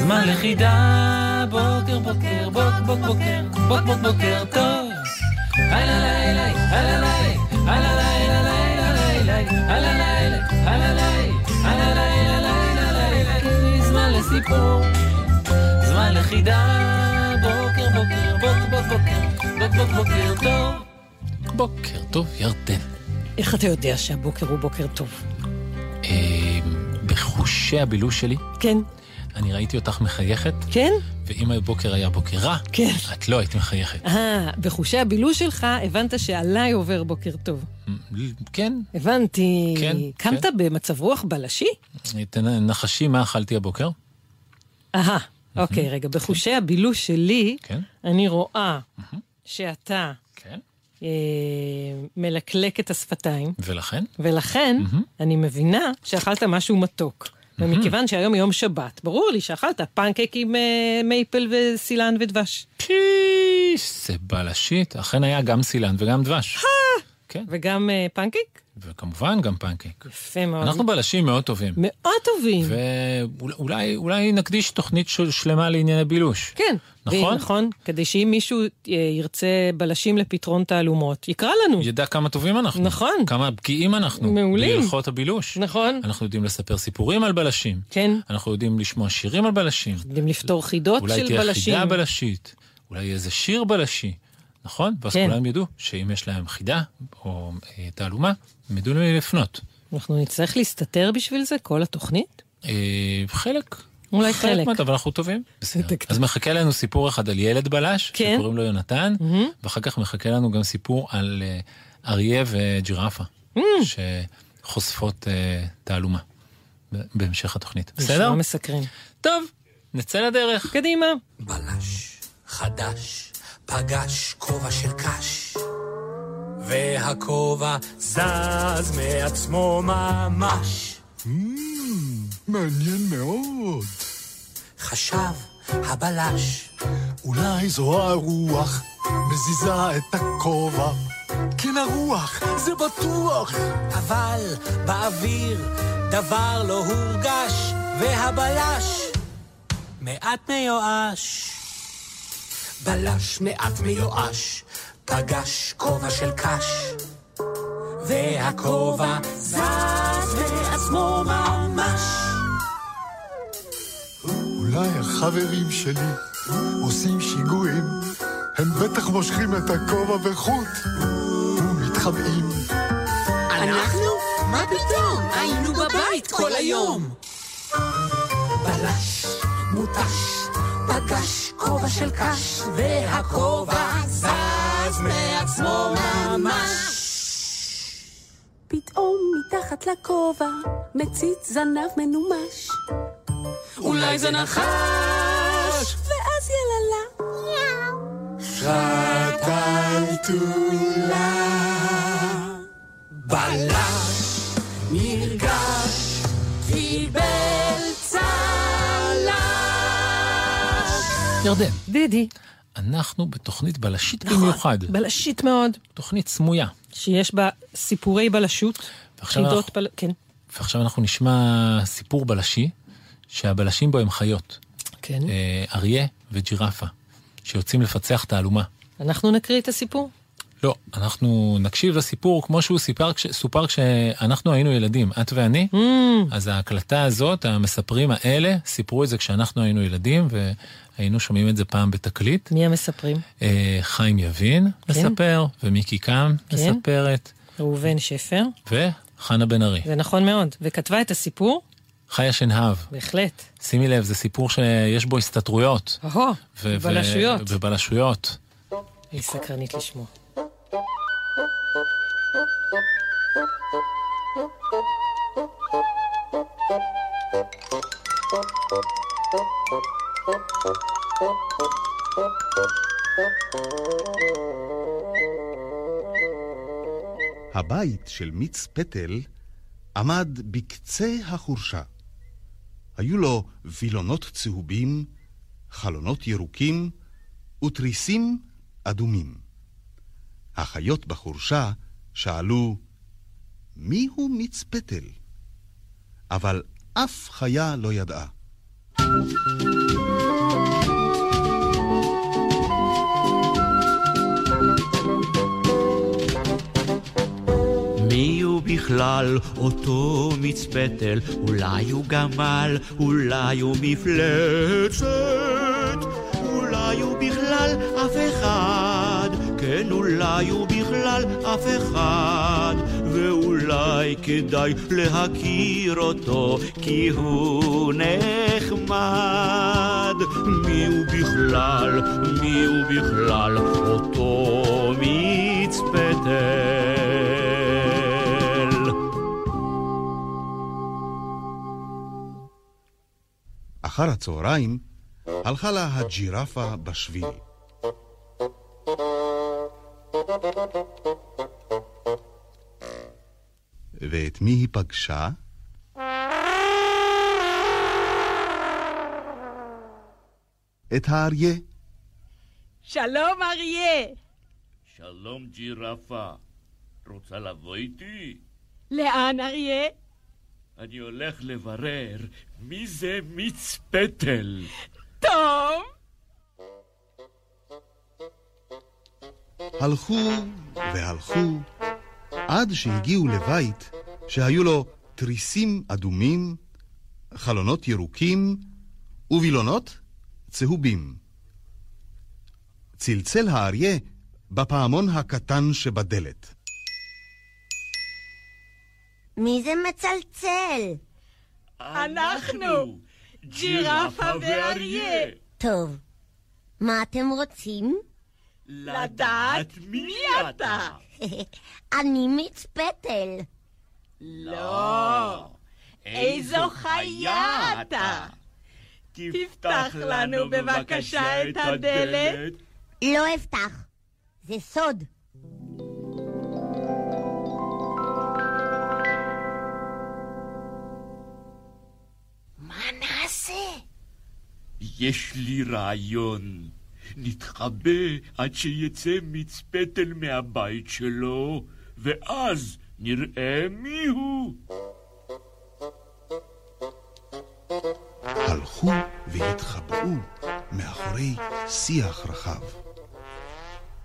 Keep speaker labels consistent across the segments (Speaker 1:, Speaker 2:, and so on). Speaker 1: זמן לחידה. בוקר, בוקר, בוק, בוק, בוקר, בוק, בוק, בוקר טוב. הלא לילה, הלא לילה, הלא לילה, לילה, לילה, הלא לילה, הלא לילה, הלא לילה, לילה, לילה, זמן לסיפור. זמן לחידה, בוקר בוקר, בוק בוק בוקר, בוק בוק בוקר טוב. בוקר טוב, ירדן.
Speaker 2: איך אתה יודע שהבוקר הוא בוקר טוב?
Speaker 1: אה, בחושי הבילוש שלי,
Speaker 2: כן.
Speaker 1: אני ראיתי אותך מחייכת,
Speaker 2: כן?
Speaker 1: ואם הבוקר היה בוקר רע,
Speaker 2: כן.
Speaker 1: את לא היית מחייכת.
Speaker 2: אה, בחושי הבילוש שלך הבנת שעליי עובר בוקר טוב.
Speaker 1: כן,
Speaker 2: הבנתי.
Speaker 1: כן,
Speaker 2: קמת
Speaker 1: כן.
Speaker 2: במצב רוח בלשי?
Speaker 1: נחשי מה אכלתי הבוקר,
Speaker 2: אהה, אוקיי, רגע. בחושי הבילוש שלי,
Speaker 1: כן.
Speaker 2: אני רואה שאתה
Speaker 1: כן.
Speaker 2: אה, מלקלק את השפתיים,
Speaker 1: ולכן?
Speaker 2: ולכן אני מבינה שאכלת משהו מתוק. ומכיוון שהיום יום שבת, ברור לי שאכלת פנקייק עם אה, מייפל וסילן ודבש.
Speaker 1: פיש, זה אה, בלשית, אכן היה גם סילן וגם דבש. כן,
Speaker 2: וגם אה, פנקייק?
Speaker 1: וכמובן גם פנקייק.
Speaker 2: יפה מאוד.
Speaker 1: אנחנו בלשים מאוד טובים.
Speaker 2: מאוד טובים.
Speaker 1: ואולי אולי נקדיש תוכנית של- שלמה לענייני בילוש.
Speaker 2: כן.
Speaker 1: נכון?
Speaker 2: נכון, כדי שאם מישהו אה, ירצה בלשים לפתרון תעלומות, יקרא לנו.
Speaker 1: ידע כמה טובים אנחנו.
Speaker 2: נכון.
Speaker 1: כמה בקיאים אנחנו.
Speaker 2: מעולים.
Speaker 1: בהלכות הבילוש.
Speaker 2: נכון.
Speaker 1: אנחנו יודעים לספר סיפורים על בלשים.
Speaker 2: כן.
Speaker 1: אנחנו יודעים לשמוע שירים על בלשים.
Speaker 2: יודעים לפתור חידות
Speaker 1: אולי
Speaker 2: של
Speaker 1: תהיה
Speaker 2: בלשים.
Speaker 1: חידה בלשית. אולי יהיה איזה שיר בלשי. נכון? ואז
Speaker 2: כן.
Speaker 1: כולם ידעו שאם יש להם חידה או אה, תעלומה, הם ידעו למי לפנות.
Speaker 2: אנחנו נצטרך להסתתר בשביל זה כל התוכנית?
Speaker 1: אה, חלק.
Speaker 2: אולי חלק.
Speaker 1: מה, אבל אנחנו טובים. בסדר.
Speaker 2: תקתק.
Speaker 1: אז מחכה לנו סיפור אחד על ילד בלש,
Speaker 2: כן. Mm-hmm.
Speaker 1: שקוראים לו יונתן, ואחר כך מחכה לנו גם סיפור על אה, אריה וג'ירפה,
Speaker 2: Mm.
Speaker 1: שחושפות אה, תעלומה ב- בהמשך התוכנית. בסדר?
Speaker 2: נשמע מסקרן.
Speaker 1: טוב, נצא לדרך.
Speaker 2: קדימה.
Speaker 3: בלש חדש פגש כובע של קש והכובע זז מעצמו ממש
Speaker 4: מעניין מאוד.
Speaker 3: חשב הבלש
Speaker 4: אולי זו הרוח מזיזה את הכובע. כן, הרוח, זה בטוח.
Speaker 3: אבל באוויר דבר לא הורגש והבלש מעט מיואש בלש מעט מיואש פגש כובע של קש והכובע זז מעצמו ממש
Speaker 4: אולי החברים שלי עושים שיגועים. הם בטח מושכים את הכובע בחוט ומתחבאים.
Speaker 3: אנחנו? מה פתאום? היינו בבית כל היום! בלש, מותש, פגש כובע של קש, והכובע זז מעצמו ממש.
Speaker 5: פתאום מתחת לכובע מציץ זנב מנומש,
Speaker 3: אולי זה נחש!
Speaker 5: ואז יללה
Speaker 3: שטלטולה. בלש, נרגש, קיבל צלש.
Speaker 1: ירדן,
Speaker 2: דידי. נכון,
Speaker 1: אנחנו בתוכנית בלשית נכון. במיוחד,
Speaker 2: בלשית מאוד.
Speaker 1: תוכנית סמויה.
Speaker 2: שיש בה סיפורי בלשות.
Speaker 1: ועכשיו
Speaker 2: חידות
Speaker 1: אנחנו-
Speaker 2: בל... כן.
Speaker 1: ועכשיו אנחנו נשמע סיפור בלשי, שהבלשים בו הם חיות.
Speaker 2: כן.
Speaker 1: אה, אריה וג'ירפה, שיוצאים לפצח תעלומה.
Speaker 2: אנחנו נקריא את הסיפור?
Speaker 1: לא, אנחנו נקשיב לסיפור כמו שהוא סיפר, כש- סופר כשאנחנו היינו ילדים, את ואני.
Speaker 2: Mm.
Speaker 1: אז ההקלטה הזאת, המספרים האלה, סיפרו את זה כשאנחנו היינו ילדים, והיינו שומעים את זה פעם בתקליט.
Speaker 2: מי המספרים? כן.
Speaker 1: אה, חיים יבין מספר, ומיקי קם מספרת,
Speaker 2: ראובן שפר.
Speaker 1: וחנה בן ארי.
Speaker 2: זה נכון מאוד. וכתבה את הסיפור?
Speaker 1: חיה שנהב,
Speaker 2: בהחלט.
Speaker 1: שימי לב, זה סיפור שיש בו הסתתרויות.
Speaker 2: אהו,
Speaker 1: ו- ו-
Speaker 2: בלשויות.
Speaker 1: ובלשויות.
Speaker 2: אני סקרנית לשמוע.
Speaker 6: הבית של מיץ פטל עמד בקצה החורשה. היו לו וילונות צהובים, חלונות ירוקים ותריסים אדומים. החיות בחורשה שאלו, מיהו מיץ פטל? אבל אף חיה לא ידעה.
Speaker 7: מי הוא בכלל אותו מצפתל? אולי הוא גמל, אולי הוא מפלצת. אולי הוא בכלל אף אחד, כן אולי הוא בכלל אף אחד. ואולי כדאי להכיר אותו, כי הוא נחמד. מי הוא בכלל, מי הוא בכלל אותו מצפתל?
Speaker 6: אחר הצהריים הלכה לה הג'ירפה בשביל. ואת מי היא פגשה? את האריה.
Speaker 8: שלום אריה,
Speaker 9: שלום ג'ירפה, רוצה לבוא איתי?
Speaker 8: לאן אריה?
Speaker 9: אני הולך לברר מי זה מיץ פטל.
Speaker 8: טוב,
Speaker 6: הלכו והלכו עד שהגיעו לבית שהיו לו תריסים אדומים, חלונות ירוקים ווילונות צהובים. צלצל האריה בפעמון הקטן שבדלת.
Speaker 10: מי זה מצלצל?
Speaker 8: אנחנו, ג'ירפה ואריה,
Speaker 10: טוב, מה אתם רוצים?
Speaker 8: לדעת מי אתה.
Speaker 10: אני מיץ פטל.
Speaker 8: לא, איזו חיה אתה. תפתח לנו בבקשה את הדלת.
Speaker 10: לא אפתח. זה סוד.
Speaker 9: מה נעשה? יש לי רעיון. נתחבא עד שיצא מיץ פטל מהבית שלו, ואז נראה מיהו.
Speaker 6: הלכו והתחבאו מאחורי שיח רחב.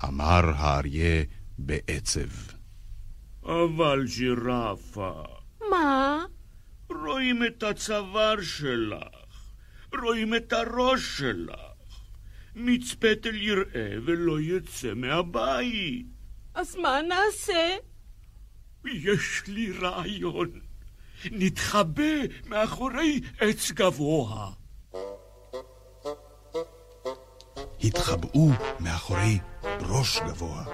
Speaker 6: אמר האריה בעצב.
Speaker 9: אבל ג'ירפה,
Speaker 8: מה?
Speaker 9: רואים את הצוואר שלך, רואים את הראש שלך. מיץ פטל יראה ולא יצא מהבית.
Speaker 8: אז מה נעשה?
Speaker 9: יש לי רעיון. נתחבא מאחורי עץ גבוה.
Speaker 6: התחבאו מאחורי ראש גבוה.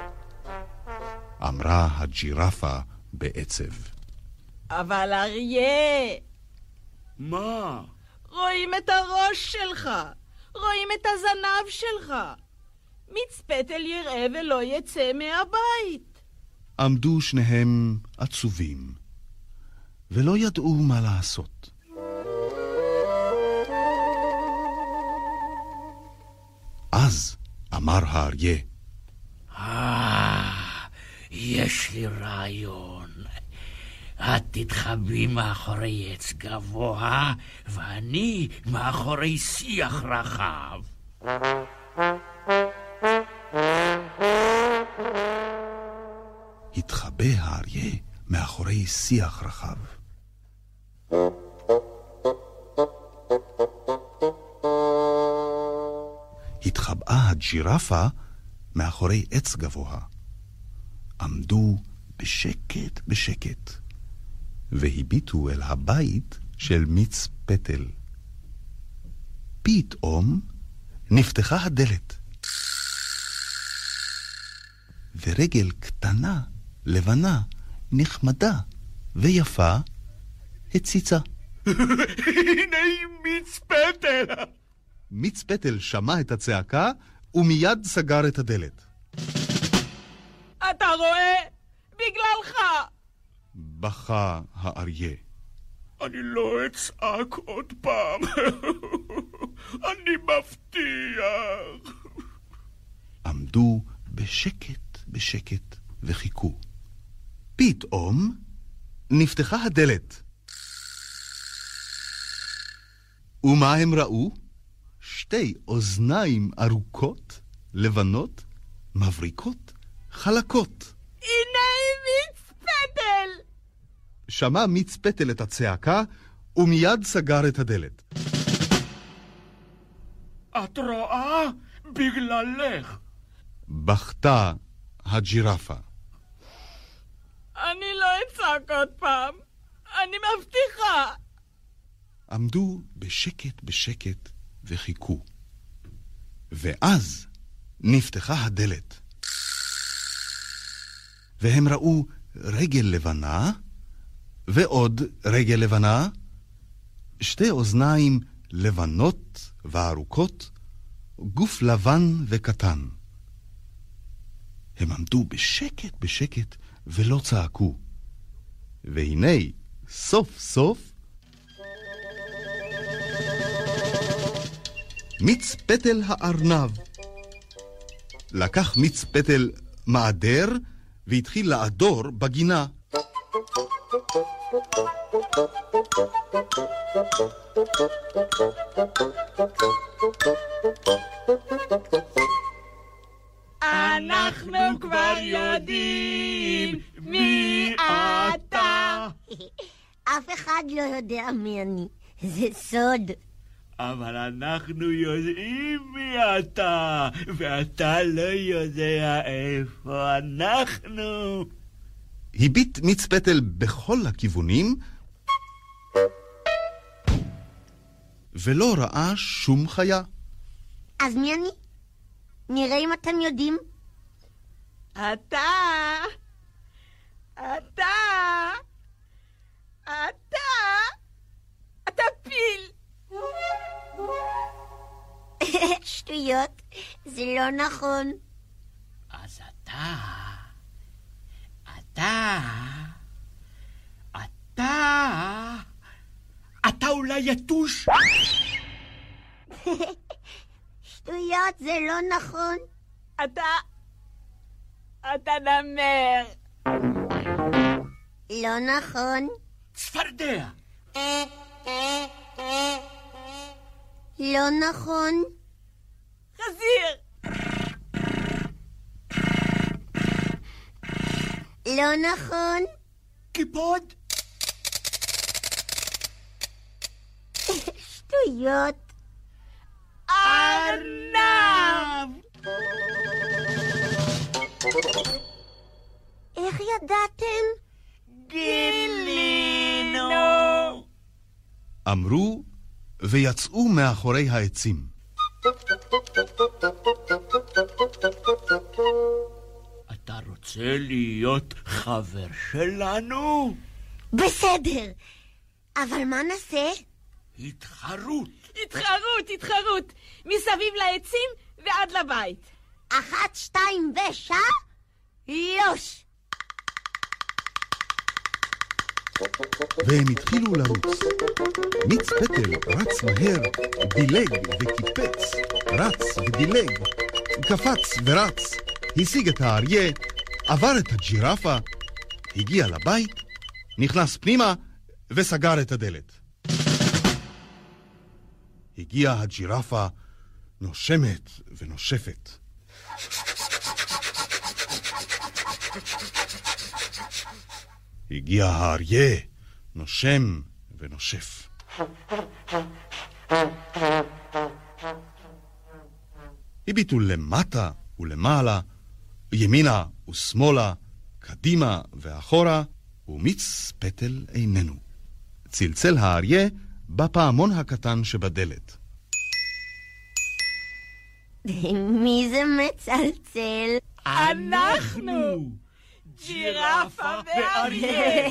Speaker 6: אמרה הג'ירפה בעצב.
Speaker 8: אבל אריה,
Speaker 9: מה?
Speaker 8: רואים את הראש שלך, רואים את הזנב שלך. מיץ פטל יראה ולא יצא מהבית.
Speaker 6: עמדו שניהם עצובים, ולא ידעו מה לעשות. אז אמר האריה,
Speaker 9: אה, יש לי רעיון. את תתחבאי מאחורי עץ גבוה, ואני מאחורי שיח רחב.
Speaker 6: התחבא האריה מאחורי שיח רחב. התחבאה הג'ירפה מאחורי עץ גבוה. עמדו בשקט בשקט, והביטו אל הבית של מיץ פטל. פתאום נפתחה הדלת, ורגל קטנה, לבנה, נחמדה ויפה הציצה.
Speaker 9: הנה היא מיץ פטל!
Speaker 6: מיץ פטל שמע את הצעקה ומיד סגר את הדלת.
Speaker 8: אתה רואה? בגללך.
Speaker 6: בכה האריה.
Speaker 9: אני לא אצעק עוד פעם. אני מבטיח.
Speaker 6: עמדו בשקט בשקט וחיכו. פתאום נפתחה הדלת. ומה הם ראו? שתי אוזניים ארוכות, לבנות, מבריקות, חלקות.
Speaker 8: הנה היא מיץ פטל!
Speaker 6: שמע מיץ פטל את הצעקה, ומיד סגר את הדלת.
Speaker 9: את רואה? בגללך.
Speaker 6: בכתה הג'ירפה.
Speaker 8: אני לא אצעק עוד פעם. אני מבטיחה.
Speaker 6: עמדו בשקט בשקט וחיכו. ואז נפתחה הדלת. והם ראו רגל לבנה, ועוד רגל לבנה, שתי אוזניים לבנות וארוכות, גוף לבן וקטן. הם עמדו בשקט בשקט ולא צעקו. והנה, סוף סוף, מיץ פטל הארנב. לקח מיץ פטל מעדר והתחיל לעדור בגינה.
Speaker 8: אנחנו כבר יודעים
Speaker 10: מי אתה? אף אחד לא יודע מי אני. זה סוד.
Speaker 7: אבל אנחנו יודעים מי אתה, ואתה לא יודע איפה אנחנו.
Speaker 6: הביט מיץ פטל בכל הכיוונים, ולא ראה שום חיה.
Speaker 10: אז מי אני? נראה אם אתם יודעים.
Speaker 8: אתה, אתה, אתה, אתה פיל.
Speaker 10: שטויות, זה לא נכון.
Speaker 7: אז אתה, אתה, אתה, אתה אולי יתוש?
Speaker 10: שטויות, זה לא נכון.
Speaker 8: אתה, אתה נמר.
Speaker 10: לא נכון.
Speaker 7: צפרדע.
Speaker 10: לא נכון.
Speaker 8: חזיר.
Speaker 10: לא נכון.
Speaker 7: קיפוד?
Speaker 10: שטויות.
Speaker 8: ארנב!
Speaker 10: איך ידעתם?
Speaker 8: גילינו!
Speaker 6: אמרו ויצאו מאחורי העצים.
Speaker 7: אתה רוצה להיות חבר שלנו?
Speaker 10: בסדר, אבל מה נעשה?
Speaker 7: התחרות.
Speaker 8: התחרות, התחרות! מסביב לעצים ועד לבית.
Speaker 10: אחת, שתיים ושע? יוש!
Speaker 6: והם התחילו לרוץ. מיץ פטל רץ מהר, דילג וקיפץ, רץ ודילג, קפץ ורץ, השיג את האריה, עבר את הג'ירפה, הגיע לבית, נכנס פנימה וסגר את הדלת. הגיעה הג'ירפה נושמת ונושפת. הגיע האריה, נושם ונושף. הביטו למטה ולמעלה, ימינה ושמאלה, קדימה ואחורה, ומיץ פטל איננו. צלצל האריה בפעמון הקטן שבדלת.
Speaker 10: מי זה מצלצל?
Speaker 8: אנחנו! ג'ירפה ואריה!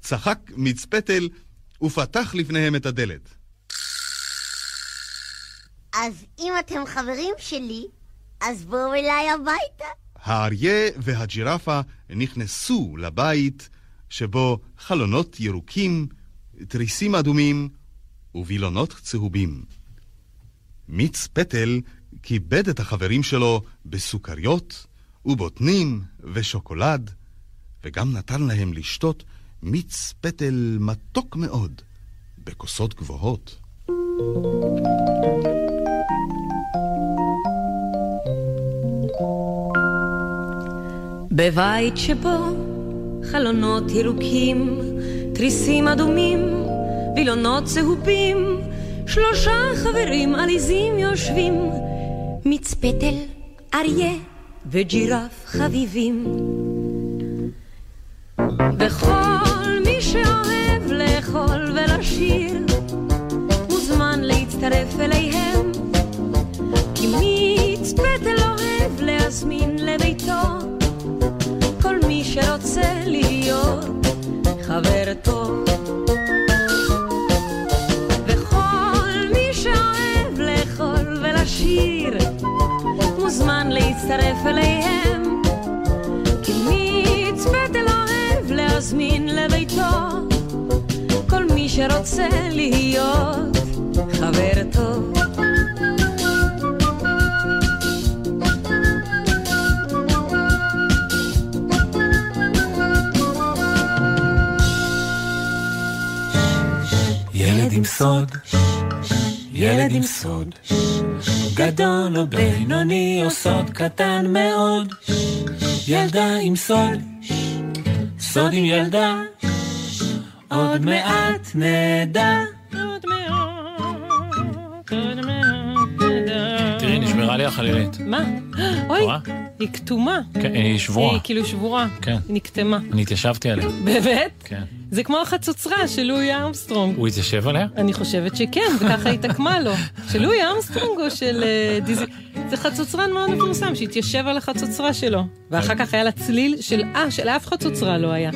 Speaker 6: צחק מיץ פטל ופתח לפניהם את הדלת.
Speaker 10: אז אם אתם חברים שלי, אז בואו אליי הביתה.
Speaker 6: האריה והג'ירפה נכנסו לבית שבו חלונות ירוקים, תריסים אדומים ווילונות צהובים. מיץ פטל כיבד את החברים שלו בסוכריות ובוטנים ושוקולד, וגם נתן להם לשתות מיץ פטל מתוק מאוד, בכוסות גבוהות.
Speaker 11: בבית שבו חלונות ירוקים, תריסים אדומים, וילונות צהובים, שלושה חברים עליזים יושבים, מיץ פטל, אריה וג'ירף חביבים. וכל מי שאוהב לאכול ולשיר, מוזמן להצטרף אליהם, כי מיץ פטל אוהב להזמין לביתו. כל מי שרוצה להיות חבר טוב. וכל מי שאוהב לאכול ולשיר, מוזמן להצטרף אליהם. כי מיץ פטל אוהב להזמין לביתו, כל מי שרוצה להיות חבר טוב.
Speaker 12: ילד עם סוד, ילד עם סוד, גדול או בינוני או סוד קטן מאוד, ילדה עם סוד, סוד עם ילדה, עוד מעט נדע.
Speaker 1: תראי, נשברה לי החלילית.
Speaker 2: מה? אוי,
Speaker 1: רואה?
Speaker 2: היא כתומה.
Speaker 1: כן, היא שבורה.
Speaker 2: היא כאילו שבורה.
Speaker 1: כן.
Speaker 2: היא נקטמה.
Speaker 1: אני התיישבתי עליה.
Speaker 2: באמת?
Speaker 1: כן.
Speaker 2: זה כמו החצוצרה של לואי ארמסטרונג.
Speaker 1: הוא התיישב עליה?
Speaker 2: אני חושבת שכן, וככה התעקמה לו. של לואי ארמסטרונג או של אה, דיזי... זה חצוצרן מאוד מפורסם שהתיישב על החצוצרה שלו. ואחר כך היה לה צליל של אה, של אף חצוצרה לא היה.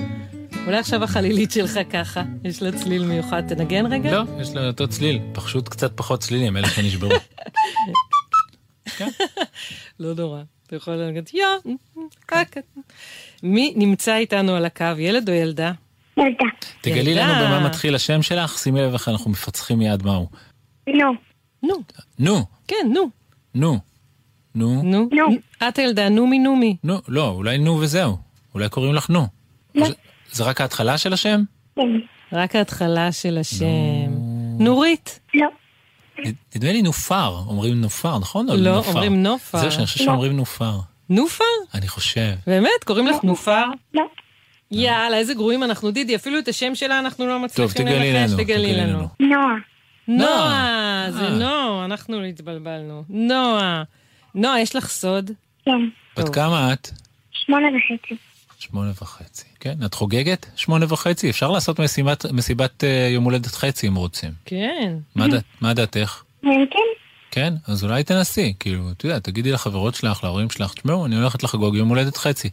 Speaker 2: אולי עכשיו החלילית שלך ככה, יש לה צליל מיוחד. תנגן רגע?
Speaker 1: לא, יש לה אותו צליל. פשוט קצת פחות צלילים, אלה שנשברו.
Speaker 2: לא נורא. אתה יכול להגיד, יא, קקה. כן. מי נמצא איתנו על הקו, ילד או ילדה?
Speaker 13: ילדה.
Speaker 1: תגלי
Speaker 2: ילדה.
Speaker 1: לנו במה מתחיל השם שלך, שימי לב איך אנחנו מפצחים מיד מהו.
Speaker 13: נו.
Speaker 2: נו.
Speaker 1: נו,
Speaker 2: כן, נו.
Speaker 1: נו, נו.
Speaker 2: נו. את הילדה, נומי נומי.
Speaker 1: נו, לא, אולי נו וזהו. אולי קוראים לך נו. זה- זה רק ההתחלה של השם?
Speaker 13: כן.
Speaker 2: רק ההתחלה של השם. נורית.
Speaker 13: לא.
Speaker 1: נדמה לי נופר, אומרים נופר, נכון? או
Speaker 2: לא,
Speaker 1: נופר?
Speaker 2: אומרים נופר.
Speaker 1: זהו, שאני חושב
Speaker 2: לא.
Speaker 1: שאומרים נופר.
Speaker 2: נופר?
Speaker 1: אני חושב.
Speaker 2: באמת? קוראים לך נופר?
Speaker 13: לא.
Speaker 2: יאללה, איזה גרועים אנחנו, דידי. אפילו את השם שלה אנחנו לא מצליחים
Speaker 1: טוב, תגלי
Speaker 2: לנחש,
Speaker 1: לנו,
Speaker 2: תגלי לנו.
Speaker 13: נועה.
Speaker 2: נועה, זה
Speaker 1: אה.
Speaker 2: נועה, אנחנו התבלבלנו. נועה. נועה, יש לך סוד?
Speaker 13: כן.
Speaker 1: בת כמה את?
Speaker 13: שמונה וחצי.
Speaker 1: שמונה וחצי. כן, את חוגגת? שמונה וחצי, אפשר לעשות מסיבת, מסיבת אה, יום הולדת חצי אם רוצים.
Speaker 2: כן.
Speaker 1: מה, דעת, מה דעתך?
Speaker 13: כן.
Speaker 1: כן? אז אולי תנסי, כאילו, את יודעת, תגידי לחברות שלך, להורים שלך, תשמעו, אני הולכת לחגוג יום הולדת חצי.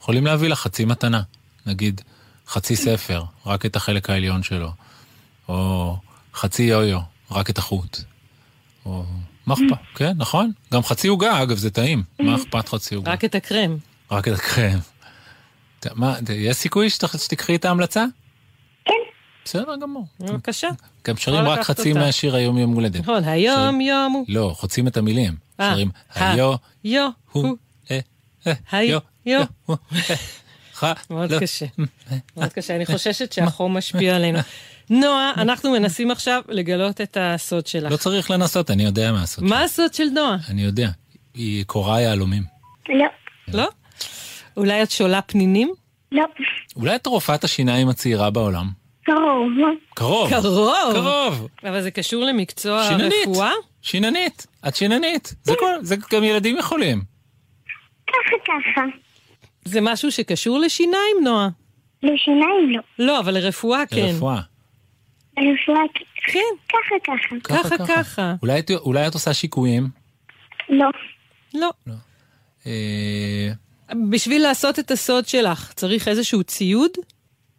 Speaker 1: יכולים להביא לך חצי מתנה, נגיד חצי ספר, רק את החלק העליון שלו, או חצי יויו, רק את החוט. או... מה אכפת? כן, נכון? גם חצי עוגה, אגב, זה טעים. מה אכפת חצי עוגה?
Speaker 2: רק את הקרם.
Speaker 1: רק את הקרם. ת- מה, ת- יש סיכוי שת- שתקחי את ההמלצה? בסדר גמור.
Speaker 2: בבקשה.
Speaker 1: גם שרים
Speaker 2: לא
Speaker 1: רק
Speaker 2: לקחת
Speaker 1: חצי
Speaker 2: אותה.
Speaker 1: מהשיר היום יום הולדת.
Speaker 2: נכון, היום יום הוא.
Speaker 1: לא, חוצים את המילים.
Speaker 2: אה,
Speaker 1: שרים
Speaker 2: ה-
Speaker 1: היו,
Speaker 2: יו
Speaker 1: הוא, אה, אה,
Speaker 2: היו,
Speaker 1: יו,
Speaker 2: יו.
Speaker 1: הוא, אה, ח,
Speaker 2: מאוד
Speaker 1: לא.
Speaker 2: קשה.
Speaker 1: אה,
Speaker 2: מאוד קשה, אני חוששת שהחום משפיע עלינו. נועה, אנחנו מנסים עכשיו לגלות את הסוד שלך.
Speaker 1: לא צריך לנסות, אני יודע מה לעשות.
Speaker 2: מה הסוד של נועה?
Speaker 1: אני יודע. היא קוראה יהלומים.
Speaker 13: לא.
Speaker 2: לא? אולי את שולה פנינים?
Speaker 13: לא.
Speaker 1: אולי את רופאת השיניים הצעירה בעולם?
Speaker 13: קרוב.
Speaker 1: קרוב.
Speaker 2: קרוב. אה,
Speaker 1: קרוב.
Speaker 2: אבל זה קשור למקצוע
Speaker 1: שיננית.
Speaker 2: הרפואה?
Speaker 1: שיננית. את שיננית. זה כל, זה גם ילדים יכולים.
Speaker 13: ככה ככה.
Speaker 2: זה משהו שקשור לשיניים, נועה?
Speaker 13: לשיניים לא.
Speaker 2: לא, אבל לרפואה כן.
Speaker 1: לרפואה.
Speaker 13: הרפואה כן. ככה ככה.
Speaker 2: ככה ככה.
Speaker 1: אולי, את- אולי את עושה שיקויים?
Speaker 13: לא.
Speaker 2: לא.
Speaker 1: אה,
Speaker 2: בשביל לעשות את הסוד שלך, צריך איזשהו ציוד?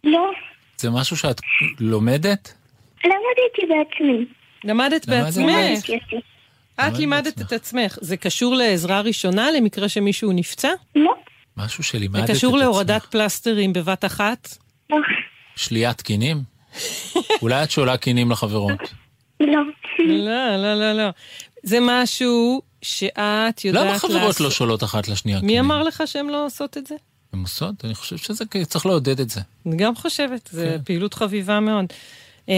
Speaker 13: לא.
Speaker 1: זה משהו שאת לומדת?
Speaker 13: למדתי בעצמי.
Speaker 2: למדת בעצמך.
Speaker 13: יפה.
Speaker 2: את לימדת את עצמך. זה קשור לעזרה ראשונה למקרה שמישהו נפצע?
Speaker 13: לא.
Speaker 1: משהו שלימדת
Speaker 2: זה
Speaker 1: את
Speaker 2: קשור
Speaker 1: עצמך.
Speaker 2: להורדת פלסטרים בבת אחת?
Speaker 13: לא,
Speaker 1: שליית קינים? אולי את שולה קינים לחברות.
Speaker 13: לא.
Speaker 2: לא, לא, לא, לא. זה משהו שאת יודעת
Speaker 1: למה חברות לא שולות אחת לשנייה?
Speaker 2: מי אמר לך שהן לא עושות את זה?
Speaker 1: הן עושות? אני חושב שזה כ- צריך לעודד את זה.
Speaker 2: אני גם חושבת, זו
Speaker 1: כן.
Speaker 2: פעילות חביבה מאוד.
Speaker 1: אולי,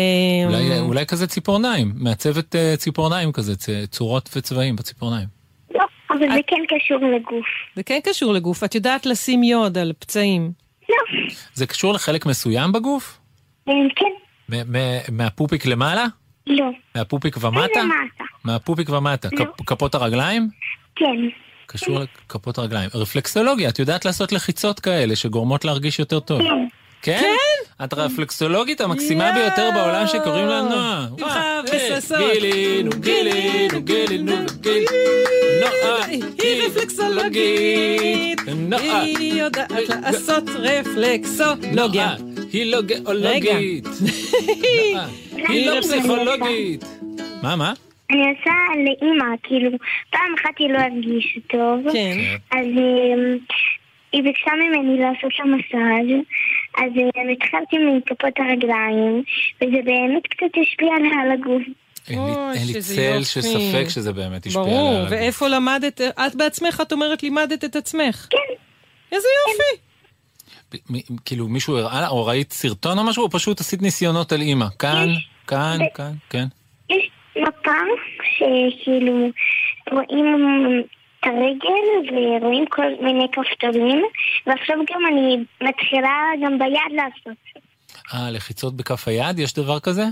Speaker 2: אמ,
Speaker 1: אולי כזה ציפורניים, מעצבת אה, ציפורניים כזה, צ, צורות וצבעים בציפורניים.
Speaker 13: לא, אבל זה כן קשור לגוף.
Speaker 2: זה כן קשור לגוף. את יודעת לשים יוד על פצעים.
Speaker 1: זה קשור לחלק מסוים בגוף?
Speaker 13: כן.
Speaker 1: מ- מ- מהפופיק למעלה?
Speaker 13: לא.
Speaker 1: מהפופיק ומטה?
Speaker 13: למטה.
Speaker 1: מהפופיק ומטה.
Speaker 13: לא.
Speaker 1: כפ- כפות הרגליים?
Speaker 13: כן.
Speaker 1: קשור לכפות הרגליים. רפלקסולוגיה, את יודעת לעשות לחיצות כאלה שגורמות להרגיש יותר טוב. כן? את הרפלקסולוגית המקסימה ביותר בעולם שקוראים לה נועה.
Speaker 2: שמחה
Speaker 1: אה,
Speaker 2: וששון.
Speaker 1: גילינו, גילינו, גילינו, גילינו. נועה,
Speaker 2: היא רפלקסולוגית,
Speaker 1: נועה. לא-
Speaker 2: היא יודעת לעשות רפלקסולוגיה.
Speaker 1: היא לא גיאולוגית. היא לא פסיכולוגית. מה, מה?
Speaker 13: אני עושה לאימא, כאילו, פעם אחת היא לא הרגישה טוב.
Speaker 2: כן.
Speaker 13: אז אמ, היא ביקשה ממני לעשות לה מסאז', אז אמ, התחלתי מכפות הרגליים, וזה באמת קצת השפיע עליה על הגוף.
Speaker 1: אין לי-
Speaker 2: אוי,
Speaker 1: אין לי
Speaker 2: שזה
Speaker 1: צל
Speaker 2: יופי.
Speaker 1: של ספק שזה באמת השפיע עליה.
Speaker 2: ברור,
Speaker 1: על הגוף.
Speaker 2: ואיפה למדת? את בעצמך, את אומרת, לימדת את עצמך.
Speaker 13: כן.
Speaker 2: איזה יופי.
Speaker 1: מ- כאילו מישהו הראה לה, או ראית סרטון או משהו, או פשוט עשית ניסיונות על אימא. כאן, כאן,
Speaker 13: ב-
Speaker 1: כאן, כן.
Speaker 13: יש מפה שכאילו רואים אמ, את הרגל ורואים כל מיני כפתורים, ועכשיו גם אני מתחילה גם ביד לעשות.
Speaker 1: אה, לחיצות בכף היד, יש דבר כזה?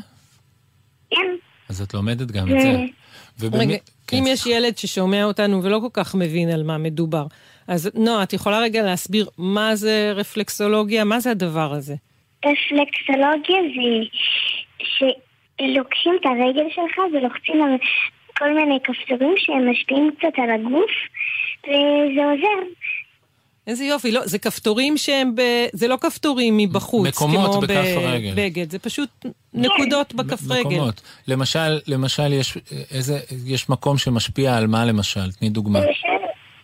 Speaker 13: כן. אה,
Speaker 1: אז את לומדת גם את זה. ובמי-
Speaker 2: רגע,
Speaker 1: כן,
Speaker 2: אם יש ילד ששומע אותנו ולא כל כך מבין על מה מדובר, אז נועה, את יכולה רגע להסביר מה זה רפלקסולוגיה? מה זה הדבר הזה?
Speaker 13: רפלקסולוגיה זה שלוקחים את הרגל שלך ולוחצים על כל מיני כפתורים שהם משפיעים קצת על הגוף, וזה עוזר.
Speaker 2: איזה יופי, לא, זה כפתורים שהם ב... זה לא כפתורים מבחוץ,
Speaker 1: מקומות
Speaker 2: כמו
Speaker 1: בכף הרגל.
Speaker 2: בבגד, זה פשוט נקודות בכף רגל.
Speaker 1: מקומות. למשל, למשל יש אה, איזה, יש מקום שמשפיע על מה למשל? תני דוגמה.
Speaker 13: למשל,